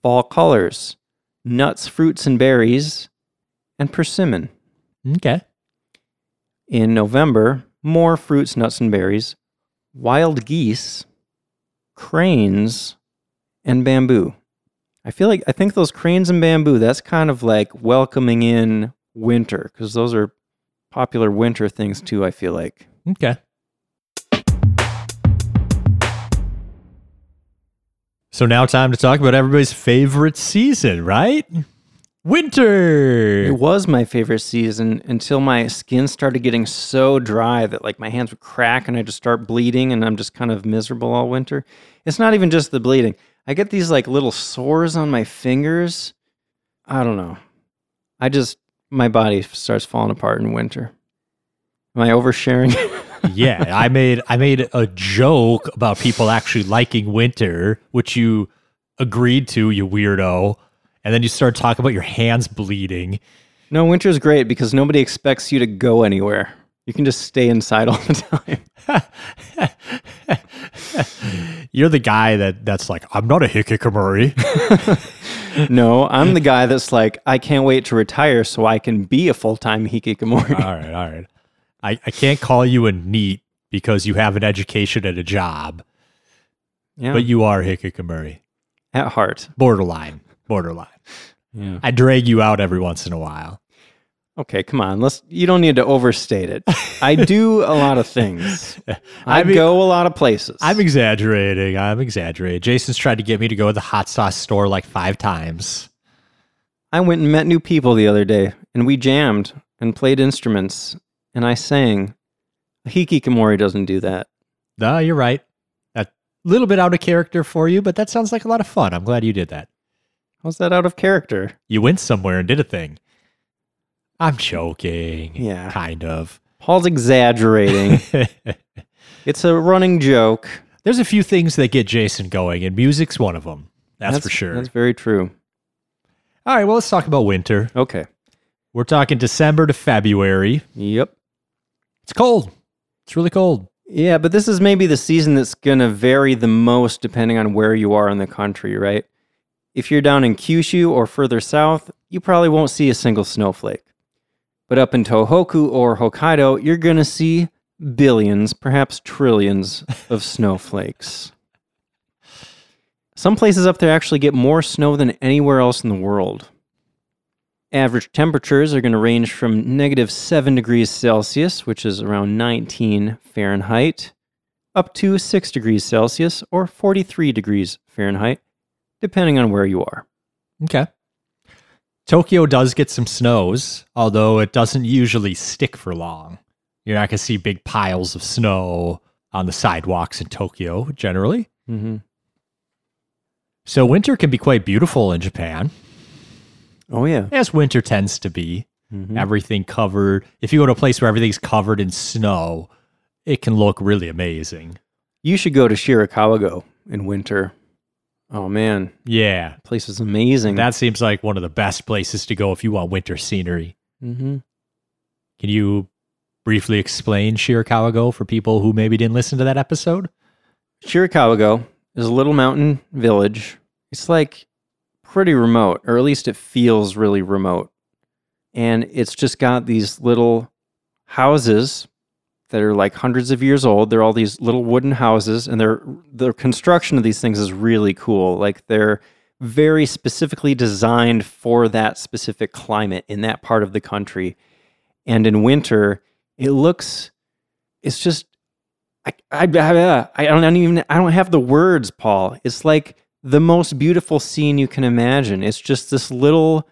fall colors, nuts, fruits, and berries, and persimmon. okay, In November, more fruits, nuts, and berries, wild geese, cranes, and bamboo. I feel like, I think those cranes and bamboo, that's kind of like welcoming in winter, because those are popular winter things too, I feel like. okay. So now time to talk about everybody's favorite season, right? Winter. It was my favorite season until my skin started getting so dry that like my hands would crack and I just start bleeding and I'm just kind of miserable all winter. It's not even just the bleeding. I get these like little sores on my fingers. I don't know. I just my body starts falling apart in winter. Am I oversharing? [laughs] yeah, I made I made a joke about people actually liking winter, which you agreed to, you weirdo. And then you started talking about your hands bleeding. no, winter's great because nobody expects you to go anywhere. You can just stay inside [laughs] all the time. You're the guy that that's like, I'm not a hikikomori. [laughs] No, I'm the guy that's like, I can't wait to retire so I can be a full-time hikikomori. all right, all right. I, I can't call you a neat because you have an education and a job, yeah. but you are hikikomori. at heart. Borderline. Borderline. Yeah. I drag you out every once in a while. Okay, come on. Let's. You don't need to [laughs] overstate it. I do a lot of things. I, I mean- go a lot of places. I'm exaggerating. I'm exaggerating. Jason's tried to get me to go to the hot sauce store like five times. I went and met new people the other day, and we jammed and played instruments, and I sang. Hikikomori doesn't do that. No, you're right. A little bit out of character for you, but that sounds like a lot of fun. I'm glad you did that. How's that out of character? You went somewhere and did a thing. I'm joking. Yeah. Kind of. [laughs] Paul's exaggerating. it's a running joke. There's a few things that get Jason going, and music's one of them. That's, for sure. That's very true. All right, well, let's talk about winter. Okay. We're talking December to February. Yep. It's cold. It's really cold. Yeah, but this is maybe the season that's going to vary the most depending on where you are in the country, right? If you're down in Kyushu or further south, you probably won't see a single snowflake. But up in Tohoku or Hokkaido, you're going to see billions, perhaps trillions of snowflakes. Some places up there actually get more snow than anywhere else in the world. Average temperatures are going to range from negative 7 degrees Celsius, which is around 19 Fahrenheit, up to 6 degrees Celsius or 43 degrees Fahrenheit, depending on where you are. Okay. Tokyo does get some snows, although it doesn't usually stick for long. You're not going to see big piles of snow on the sidewalks in Tokyo generally. Mm-hmm. So winter can be quite beautiful in Japan, Oh, yeah. as winter tends to be. Mhm. Everything covered. If you go to a place where everything's covered in snow, it can look really amazing. You should go to Shirakawago in winter. Oh, man. Yeah. Place is amazing. That seems like one of the best places to go if you want winter scenery. hmm Can you briefly explain Shirakawago for people who maybe didn't listen to that episode? Shirakawago is a little mountain village. It's like pretty remote, or at least it feels really remote. And it's just got these little houses that are like hundreds of years old. They're all these little wooden houses, and they're the construction of these things is really cool. Like they're very specifically designed for that specific climate in that part of the country. And in winter, it looks it's just I, I, I, I don't I don't even I don't have the words, Paul. It's like the most beautiful scene you can imagine. It's just this little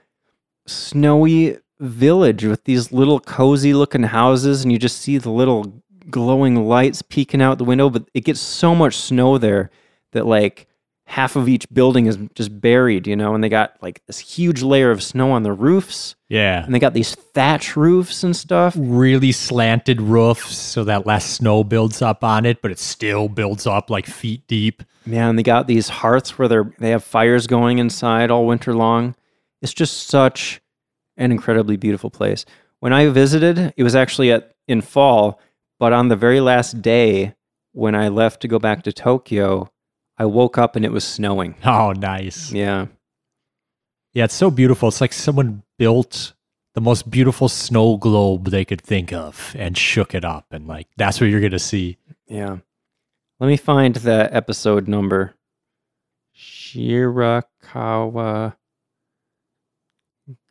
snowy village with these little cozy looking houses, and you just see the little glowing lights peeking out the window. But it gets so much snow there that like half of each building is just buried, you know. And they got like this huge layer of snow on the roofs, Yeah. and they got these thatch roofs and stuff. Really slanted roof so that less snow builds up on it, but it still builds up like feet deep. Yeah, and they got these hearths where they're they have fires going inside all winter long. It's just such an incredibly beautiful place. When I visited, it was actually at in fall, but on the very last day when I left to go back to Tokyo, I woke up and it was snowing. Oh, nice. Yeah. Yeah, it's so beautiful. It's like someone built the most beautiful snow globe they could think of and shook it up. And like, that's what you're going to see. Yeah. Let me find the episode number. Shirakawa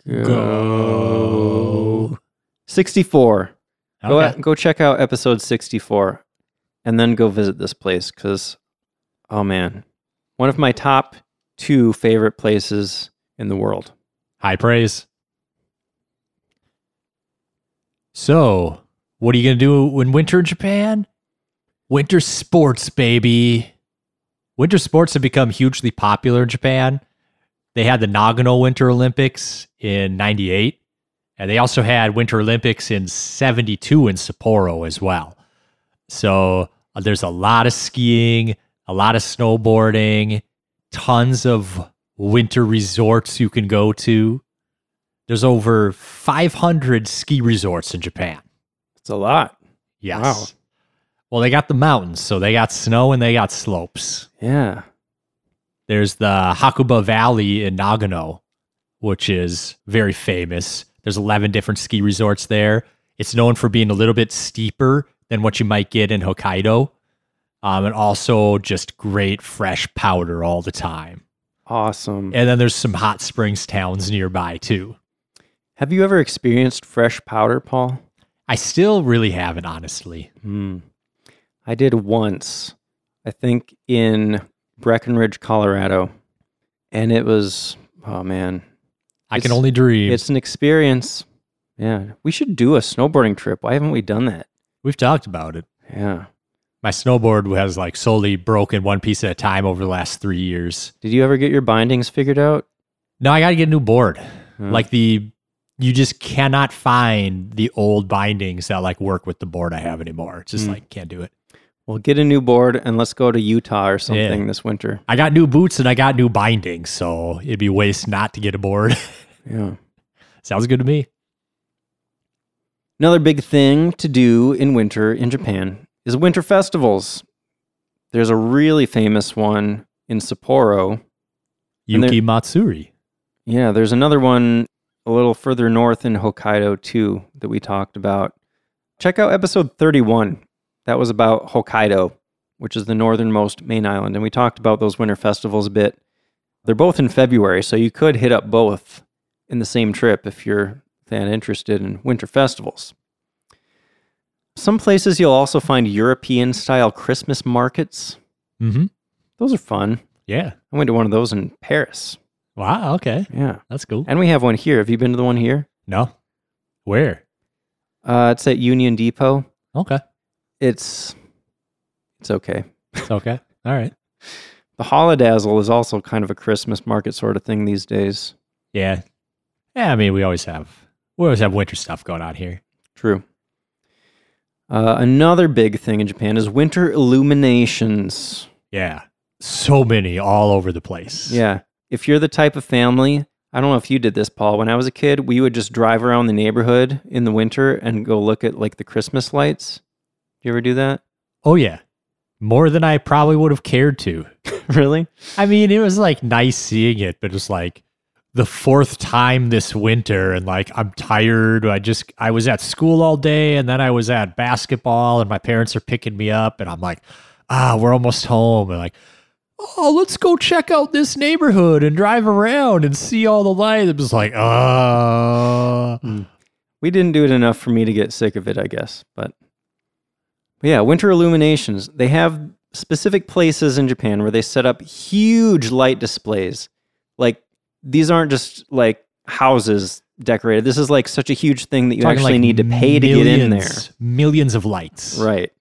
Go. 64. Go, Okay. go check out episode 64 and then go visit this place because, oh man, one of my top two favorite places in the world. High praise. So, what are you going to do in winter in Japan? Winter sports, baby. Winter sports have become hugely popular in Japan. They had the Nagano Winter Olympics in 98, and they also had Winter Olympics in 72 in Sapporo as well. So, uh, there's a lot of skiing, a lot of snowboarding, tons of winter resorts you can go to. There's over 500 ski resorts in Japan. It's a lot. Yes. Wow. Well, they got the mountains, so they got snow and they got slopes. Yeah. There's the Hakuba Valley in Nagano, which is very famous. There's 11 different ski resorts there. It's known for being a little bit steeper than what you might get in Hokkaido, um, and also just great fresh powder all the time. Awesome. And then there's some hot springs towns nearby too. Have you ever experienced fresh powder, Paul? I still really haven't, honestly. Hmm. I did once, I think in Breckenridge, Colorado. And it was, oh man, I can It's- only dream. it's an experience. Yeah. We should do a snowboarding trip. Why haven't we done that? We've talked about it. Yeah. My snowboard has like solely broken one piece at a time over the last three years. Did you ever get your bindings figured out? Now I got to get a new board. Hmm. Like the, you just cannot find the old bindings that like work with the board I have anymore. It's just Hmm. like, can't do it. Well, get a new board and let's go to Utah or something this winter. I got new boots and I got new bindings. So it'd be waste not to get a board. [laughs] Yeah. Sounds good to me. Another big thing to do in winter in Japan is winter festivals. There's a really famous one in Sapporo. And Yuki Matsuri. Yeah, there's another one a little further north in Hokkaido too that we talked about. Check out episode 31. That was about Hokkaido, which is the northernmost main island, and we talked about those winter festivals a bit. They're both in February, so you could hit up both in the same trip if you're that interested in winter festivals. Some places you'll also find European style Christmas markets. Mm-hmm. Those are fun. Yeah. I went to one of those in Paris. Wow. Okay. Yeah. That's cool. And we have one here. Have you been to the one here? No. Where? Uh, it's at Union Depot. Okay. It's it's okay. It's okay. All right. The Holodazzle is also kind of a Christmas market sort of thing these days. Yeah. Yeah. I mean, we always have, we always have winter stuff going on here. True. Uh, another big thing in Japan is winter illuminations. Yeah. So many all over the place. Yeah. If you're the type of family, I don't know if you did this, Paul. When I was a kid, we would just drive around the neighborhood in the winter and go look at like the Christmas lights. Do you ever do that? Oh, yeah. More than I probably would have cared to. [laughs] really? I mean, it was like nice seeing it, but it's like the fourth time this winter and like I'm tired. I just I was at school all day and then I was at basketball and my parents are picking me up and I'm like, ah, we're almost home and like Oh, let's go check out this neighborhood and drive around and see all the light. It was like, uh We didn't do it enough for me to get sick of it, I guess. But, but yeah, winter illuminations. They have specific places in Japan where they set up huge light displays. Like these aren't just like houses decorated. This is like such a huge thing that you talking, actually like, need to pay to get in there. millions- Millions of lights. Right.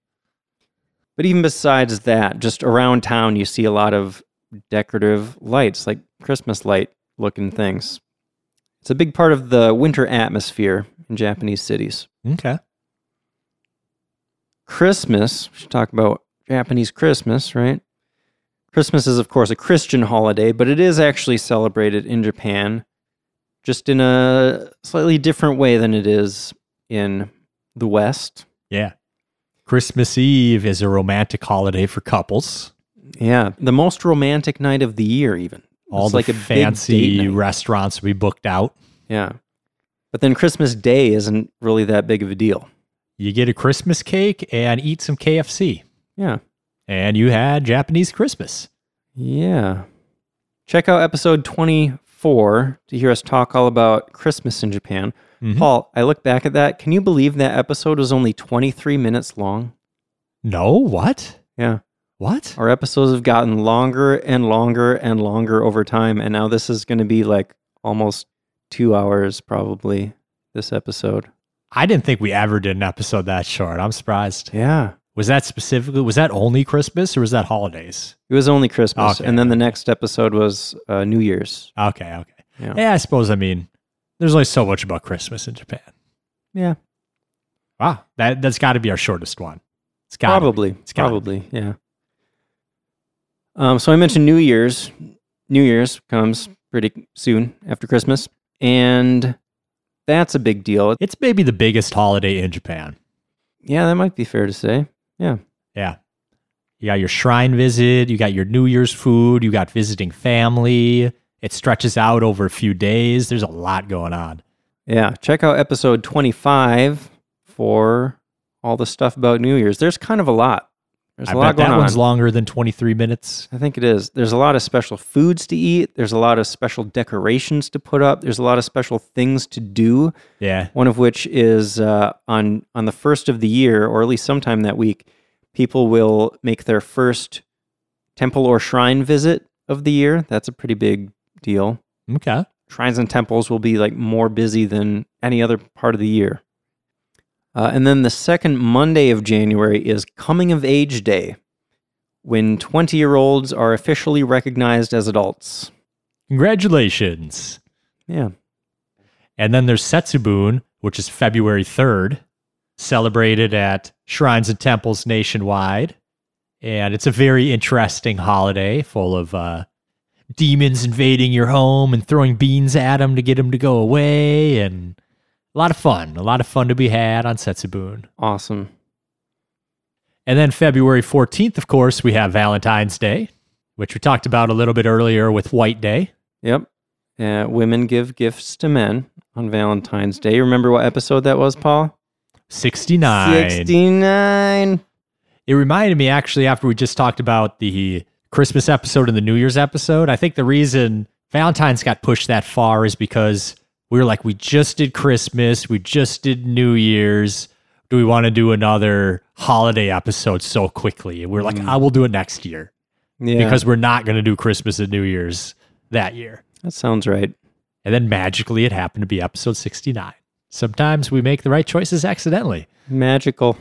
But even besides that, just around town, you see a lot of decorative lights, like Christmas light looking things. It's a big part of the winter atmosphere in Japanese cities. Okay. Christmas, we should talk about Japanese Christmas, right? Christmas is, of course, a Christian holiday, but it is actually celebrated in Japan just in a slightly different way than it is in the West. Yeah. Christmas Eve is a romantic holiday for couples. Yeah, the most romantic night of the year, even. all It's the like a big fancy date night. restaurants we booked out. Yeah. But then Christmas Day isn't really that big of a deal. You get a Christmas cake and eat some KFC, Yeah. and you had Japanese Christmas. Yeah. Check out episode 24 to hear us talk all about Christmas in Japan. Mhm. Paul, I look back at that. Can you believe that episode was only 23 minutes long? No, what? Yeah. What? Our episodes have gotten longer and longer and longer over time. And now this is going to be like almost two hours, probably, this episode. I didn't think we ever did an episode that short. I'm surprised. Yeah. Was that specifically? Was that only Christmas or was that holidays? It was only Christmas. Okay. And then the next episode was uh, New Year's. Okay, okay. Yeah. Yeah. I suppose. I mean, there's only so much about Christmas in Japan. Yeah. Wow, that that's got to be our shortest one. It's got probably. It's gotta be. probably. Yeah. Um, so I mentioned New Year's. New Year's comes pretty soon after Christmas. And that's a big deal. It's maybe the biggest holiday in Japan. Yeah, that might be fair to say. Yeah. You got your shrine visit, you got your New Year's food, you got visiting family. It stretches out over a few days. There's a lot going on. Yeah. Check out episode 25 for all the stuff about New Year's. There's kind of a lot. There's I a lot bet going that on. one's longer than 23 minutes. I think it is. There's a lot of special foods to eat. There's a lot of special decorations to put up. There's a lot of special things to do. Yeah. One of which is uh, on on the first of the year, or at least sometime that week, people will make their first temple or shrine visit of the year. That's a pretty big deal. Okay. Shrines and temples will be like more busy than any other part of the year. Uh, and then the second Monday of January is Coming of Age Day, when 20 year olds are officially recognized as adults. Congratulations. Yeah. And then there's Setsubun, which is February 3rd, celebrated at shrines and temples nationwide. And it's a very interesting holiday full of uh, demons invading your home and throwing beans at them to get them to go away. And a lot of fun, a lot of fun to be had on Setsubun. Awesome. And then February 14th, of course, we have Valentine's Day, which we talked about a little bit earlier with White Day. Yep. Uh, women give gifts to men on Valentine's Day. Remember what episode that was, Paul? 69. 69. It reminded me actually after we just talked about the Christmas episode and the New Year's episode. I think the reason Valentine's got pushed that far is because we were like, we just did Christmas, we just did New Year's. Do we want to do another holiday episode so quickly? And we are like, I will do it next year Yeah. because we're not going to do Christmas and New Year's that year. that sounds right. And then magically, it happened to be episode 69. Sometimes we make the right choices accidentally. Magical.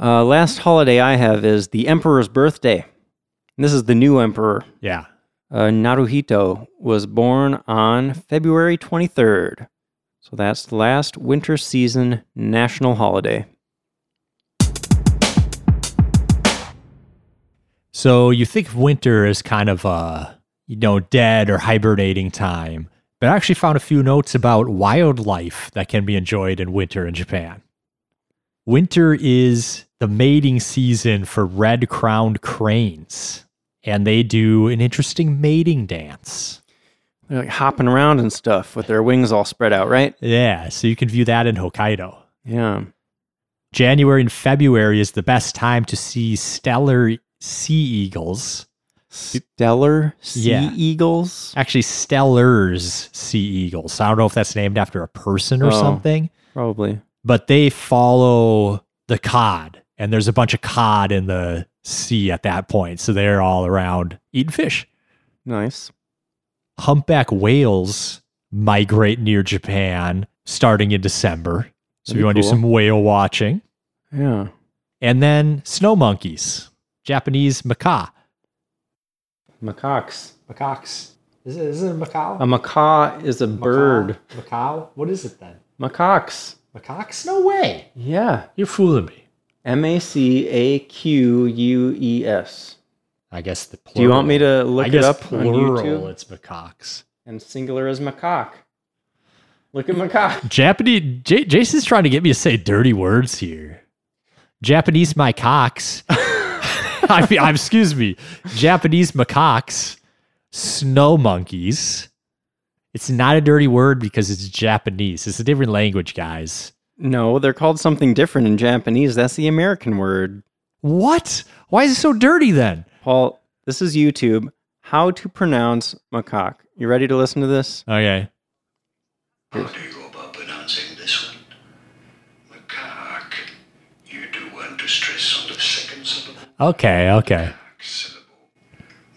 Uh, last holiday I have is the Emperor's birthday. And this is the new Emperor. Yeah. Uh, Naruhito was born on February 23rd. So that's the last winter season national holiday. So you think of winter as kind of a, you know, dead or hibernating time. But I actually found a few notes about wildlife that can be enjoyed in winter in Japan. Winter is the mating season for red crowned cranes, and they do an interesting mating dance. They're like hopping around and stuff with their wings all spread out, right? Yeah, so you can view that in Hokkaido. Yeah. January and February is the best time to see stellar sea eagles. Stellar sea Yeah. eagles. Actually, stellars sea eagles. I don't know if that's named after a person or Oh. something, Probably. but they follow the cod, and there's a bunch of cod in the sea at that point. So they're all around eating fish. Nice. Humpback whales migrate near Japan starting in December. So if That'd be you want to do cool. some whale watching. Yeah. And then snow monkeys, Japanese macaw. Macaques. Macaques. Is it, is it a macaw? A macaw is a bird. Macaw? What is it then? Macaques. Macaques? No way. Yeah. You're fooling me. M A C A Q U E S. I guess the plural. Do you want me to look I it guess up on plural, YouTube? it's macaques. And singular is macaque. Look at macaque. Japanese. J- Jason's trying to get me to say dirty words here. Japanese [laughs] macaques. I mean, I'm- excuse me. Japanese macaques, snow monkeys. It's not a dirty word because it's Japanese. It's a different language, guys. No, they're called something different in Japanese. That's the American word. What? Why is it so dirty then? Paul, this is YouTube. How to pronounce macaque. You ready to listen to this? Okay. How do you go about pronouncing this one? Macaque. You do want to stress on the second syllable. Okay. Okay. Syllable.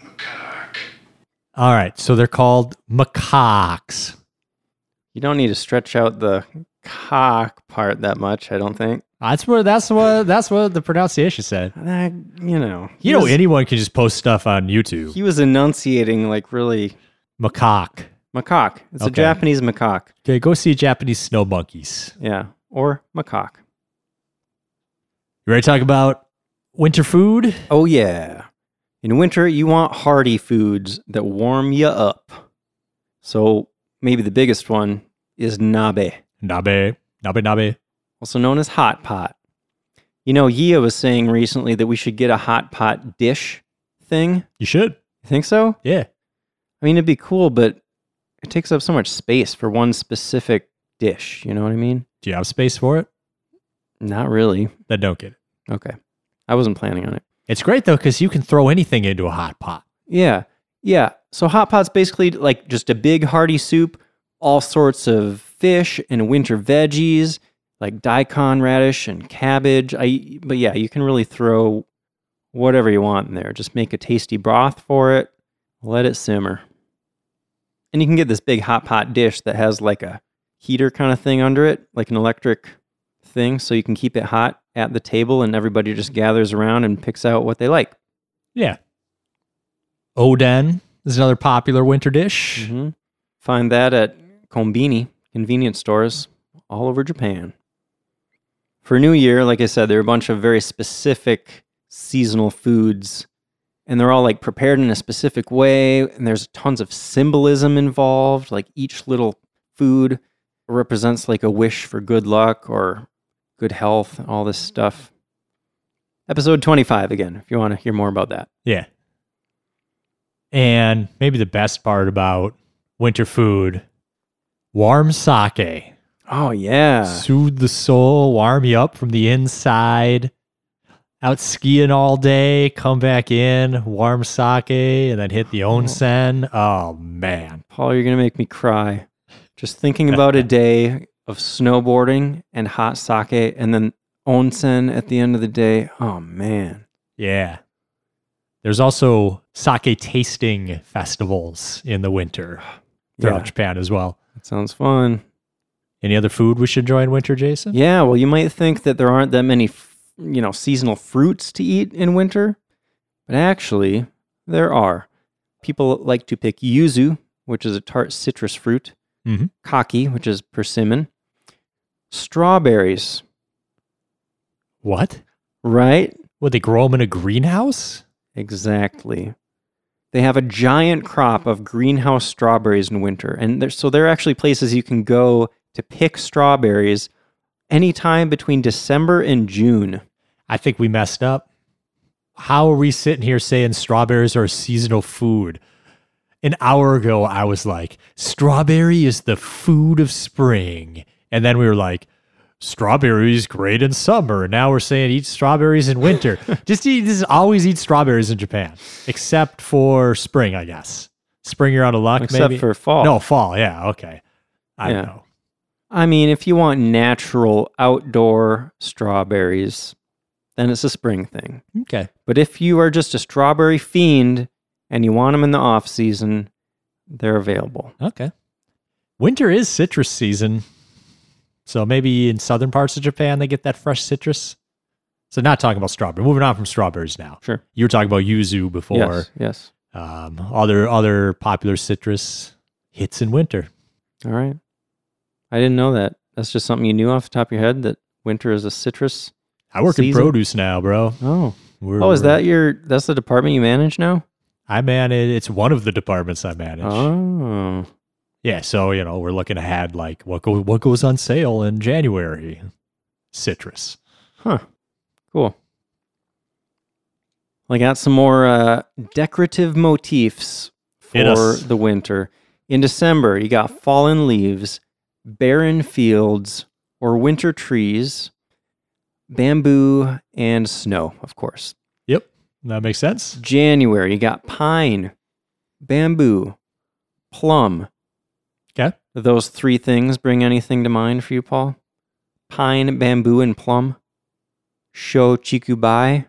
Macaque. All right. So they're called macaques. You don't need to stretch out the cock part that much, I don't think. That's what that's what that's what the pronunciation said. That, you know. he You know, was- anyone can just post stuff on YouTube. he was enunciating like really Macaque. macaque. It's a Okay. Japanese macaque. Okay, go see Japanese snow monkeys. Yeah. Or macaque. You ready to talk about winter food? Oh, yeah. In winter, you want hearty foods that warm you up. So maybe the biggest one is nabe, Nabe, nabe, nabe. also known as hot pot. You know, Yia was saying recently that we should get a hot pot dish thing. You should. You think so? Yeah. I mean, it'd be cool, but it takes up so much space for one specific dish. You know what I mean? Do you have space for it? Not really. Then don't get it. Okay. I wasn't planning on it. It's great though because you can throw anything into a hot pot. Yeah. Yeah. So hot pot's basically like just a big hearty soup, all sorts of fish and winter veggies, like daikon radish and cabbage. I but yeah, you can really throw whatever you want in there. Just make a tasty broth for it, let it simmer. And you can get this big hot pot dish that has like a heater kind of thing under it, like an electric thing so you can keep it hot at the table and everybody just gathers around and picks out what they like. Yeah. Oden is another popular winter dish. hmm Find that at Konbini convenience stores all over Japan. For New Year, like I said, there are a bunch of very specific seasonal foods, and they're all like prepared in a specific way. And there's tons of symbolism involved. Like each little food represents like a wish for good luck or good health, and all this stuff. Episode 25 again, if you want to hear more about that. Yeah. And maybe the best part about winter food warm sake. Oh, yeah. Soothe the soul, warm you up from the inside. Out skiing all day, come back in, warm sake, and then hit the onsen. Oh, man. Paul, you're going to make me cry. Just thinking about a day of snowboarding and hot sake and then onsen at the end of the day. Oh, man. Yeah. There's also sake tasting festivals in the winter throughout Yeah, Japan as well. that sounds fun. Any other food we should enjoy in winter, Jason? Yeah, well, you might think that there aren't that many, f- you know, seasonal fruits to eat in winter, but actually, there are. People like to pick yuzu, which is a tart citrus fruit, Mhm. kaki, which is persimmon, strawberries, What? right? Would they grow them in a greenhouse? Exactly. They have a giant crop of greenhouse strawberries in winter. And there, so there are actually places you can go to pick strawberries anytime between December and June. I think we messed up. How are we sitting here saying strawberries are a seasonal food? An hour ago, I was like, strawberry is the food of spring. And then we were like, strawberries great in summer. And now we're saying eat strawberries in [laughs] winter. just eat, just always eat strawberries in Japan, except for spring, I guess. Spring, you're out of luck, Except maybe? for fall. No, fall. Yeah. Okay. I Yeah. don't know. I mean, if you want natural outdoor strawberries, then it's a spring thing. Okay. But if you are just a strawberry fiend and you want them in the off season, they're available. Okay. Winter is citrus season. So maybe in southern parts of Japan they get that fresh citrus. So not talking about strawberry. Moving on from strawberries now. Sure. You were talking about yuzu before. yes. Yes. Um, other other popular citrus hits in winter. All right. I didn't know that. That's just something you knew off the top of your head that winter is a citrus. I work in Season? produce now, bro. Oh. We're- oh, is we're- that your that's the department you manage now? I manage. It's one of the departments I manage. Oh. Yeah, so you know we're looking ahead, like what go, what goes on sale in January, citrus. Huh. Cool. I got some more uh, decorative motifs Hit for us. the winter. In December, you got fallen leaves, barren fields, or winter trees, bamboo, and snow, of course. Yep, that makes sense. January, you got pine, bamboo, plum. Okay. Do Those three things bring anything to mind for you, Paul? Pine, bamboo, and plum. Shochikubai.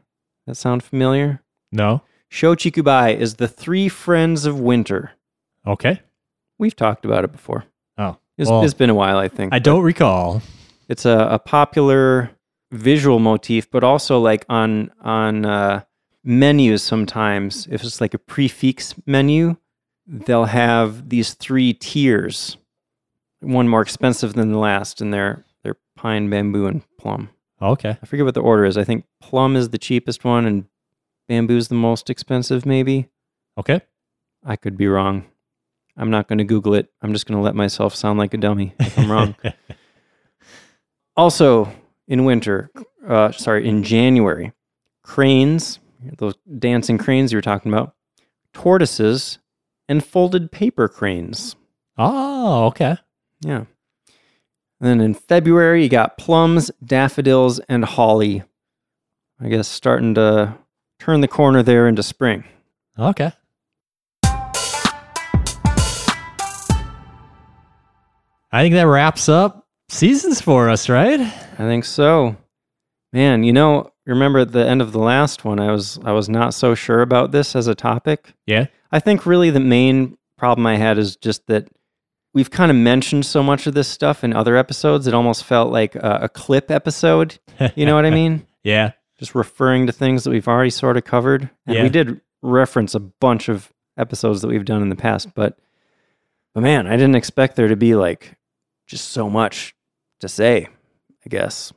That sound familiar? No, Shochikubai is the three friends of winter. okay. We've talked about it before. Oh, It's, well, it's been a while, I think. I don't recall. it's a, a popular visual motif but also like on on uh, menus sometimes if it's like a prefix menu they'll have these three tiers one more expensive than the last and they're they're pine bamboo and plum Oh, Okay. i forget what the order is i think plum is the cheapest one and bamboo's the most expensive maybe Okay. i could be wrong i'm not going to google it i'm just going to let myself sound like a dummy if i'm wrong also in winter uh, sorry in january cranes those dancing cranes you were talking about tortoises and folded paper cranes [laughs] oh, okay. yeah and then in february you got plums daffodils and holly I guess starting to turn the corner there into spring. Okay. I think that wraps up seasons for us, right? I think so. Man, you know, remember at the end of the last one, I was I was not so sure about this as a topic. Yeah. I think really the main problem I had is just that we've kind of mentioned so much of this stuff in other episodes. It almost felt like a, a clip episode. You know what I mean? [laughs] Yeah. Just referring to things that we've already sort of covered. And Yeah. we did reference a bunch of episodes that we've done in the past, but but man, I didn't expect there to be like just so much to say, I guess.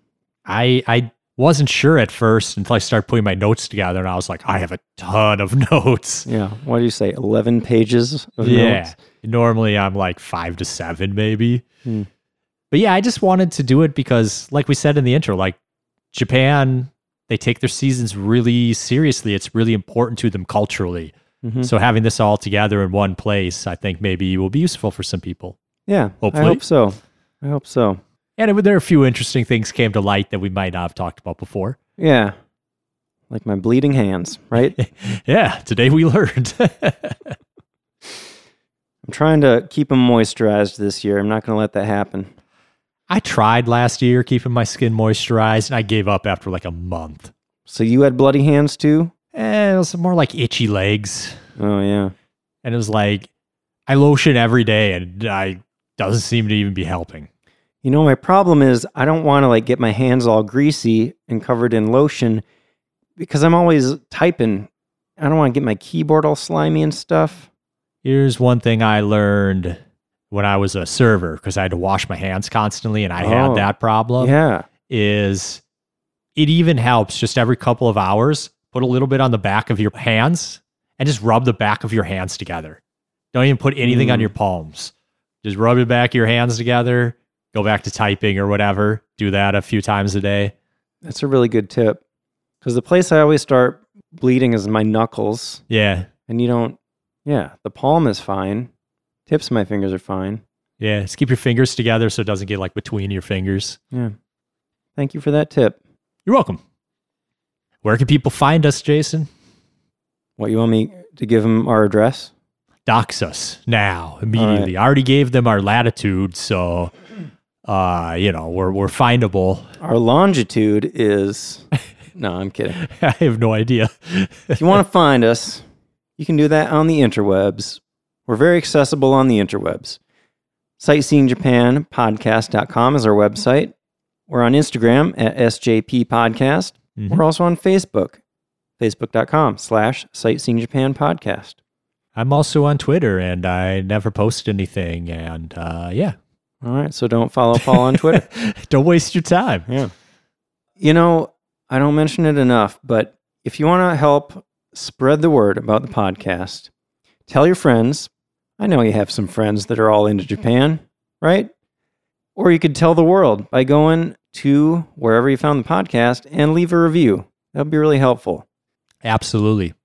I I wasn't sure at first until I started putting my notes together and I was like, I have a ton of [laughs] notes. Yeah. What do you say? 11 pages of notes? Normally I'm like five to seven, maybe. Hmm. But yeah, I just wanted to do it because, like we said in the intro, like Japan, they take their seasons really seriously. It's really important to them culturally. Mhm. So having this all together in one place, I think maybe will be useful for some people. Yeah. Hopefully. I hope so. I hope so. And it- there are a few interesting things came to light that we might not have talked about before. Yeah. Like my bleeding hands, right? Yeah, today we [laughs] learned. I'm trying to keep them moisturized this year. I'm not going to let that happen. I tried last year keeping my skin moisturized, and I gave up after like a month. So you had bloody hands too? Eh, it was more like itchy legs, Oh, yeah. and it was like I lotion every day, and I doesn't seem to even be helping. You know, my problem is I don't want to like get my hands all greasy and covered in lotion because I'm always typing. I don't want to get my keyboard all slimy and stuff. Here's one thing I learned when I was a server because I had to wash my hands constantly, and I Oh, had that problem. Yeah. Is it even helps just every couple of hours? Put a little bit on the back of your hands and just rub the back of your hands together. Don't even put anything on Mm. your palms. Just rub the back of your hands together. Go back to typing or whatever. Do that a few times a day. That's a really good tip. Because the place I always start bleeding is my knuckles. Yeah. And you don't, yeah, the palm is fine. Tips of my fingers are fine. Yeah. Just keep your fingers together so it doesn't get like between your fingers. Thank you for that tip. You're welcome. Where can people find us, Jason? What, you want me to give them our address? dox us now immediately. I already gave them our latitude, so uh, you know we're we're findable. [laughs] Our longitude is, [laughs] no, I'm kidding. I have no idea. If you want to find us, you can do that on the interwebs. We're very accessible on the interwebs. SightseeingJapanPodcast.com is our website. We're on Instagram at SJP Podcast. Mhm. We're also on Facebook, facebook.com slash Sightseeing Japan Podcast. I'm also on Twitter, and I never post anything. And uh, yeah, All right, so don't follow Paul on Twitter. [laughs] don't waste your time. yeah. You know, I don't mention it enough, but if you want to help spread the word about the podcast, tell your friends. I know you have some friends that are all into Japan, right? Or you could tell the world by going to wherever you found the podcast and leave a review. That would be really helpful. Absolutely,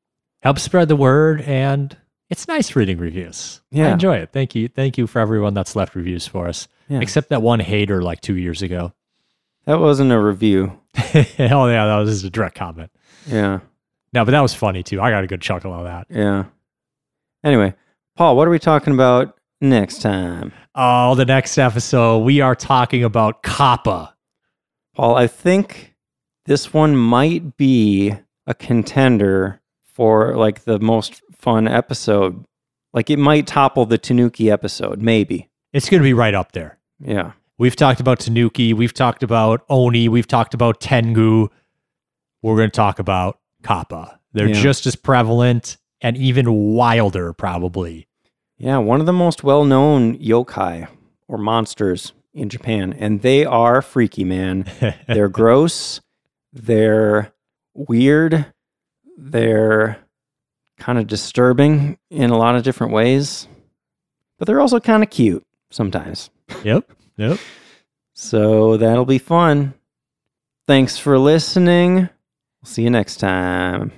help spread the word, and it's nice reading reviews. I Yeah. enjoy it. Thank you, thank you for everyone that's left reviews for us. Yeah. Except that one hater like two years ago. [laughs] That wasn't a review. oh yeah, that was just a direct comment. Yeah. No, but that was funny too. I got a good chuckle on that. Yeah. Anyway, Paul, what are we talking about next time? Oh, the next episode, we are talking about Kappa. Paul, I think this one might be a contender for like the most fun episode. Like it might topple the Tanuki episode, maybe. It's going to be right up there. Yeah. We've talked about Tanuki. We've talked about Oni. We've talked about Tengu. We're going to talk about Kappa. They're Yeah. just as prevalent and even wilder, probably. Yeah, one of the most well-known yokai or monsters in Japan, and they are freaky, man. [laughs] They're gross, they're weird, they're kind of disturbing in a lot of different ways, but they're also kind of cute sometimes. yep. Yep. So that'll be fun. Thanks for listening. We'll see you next time.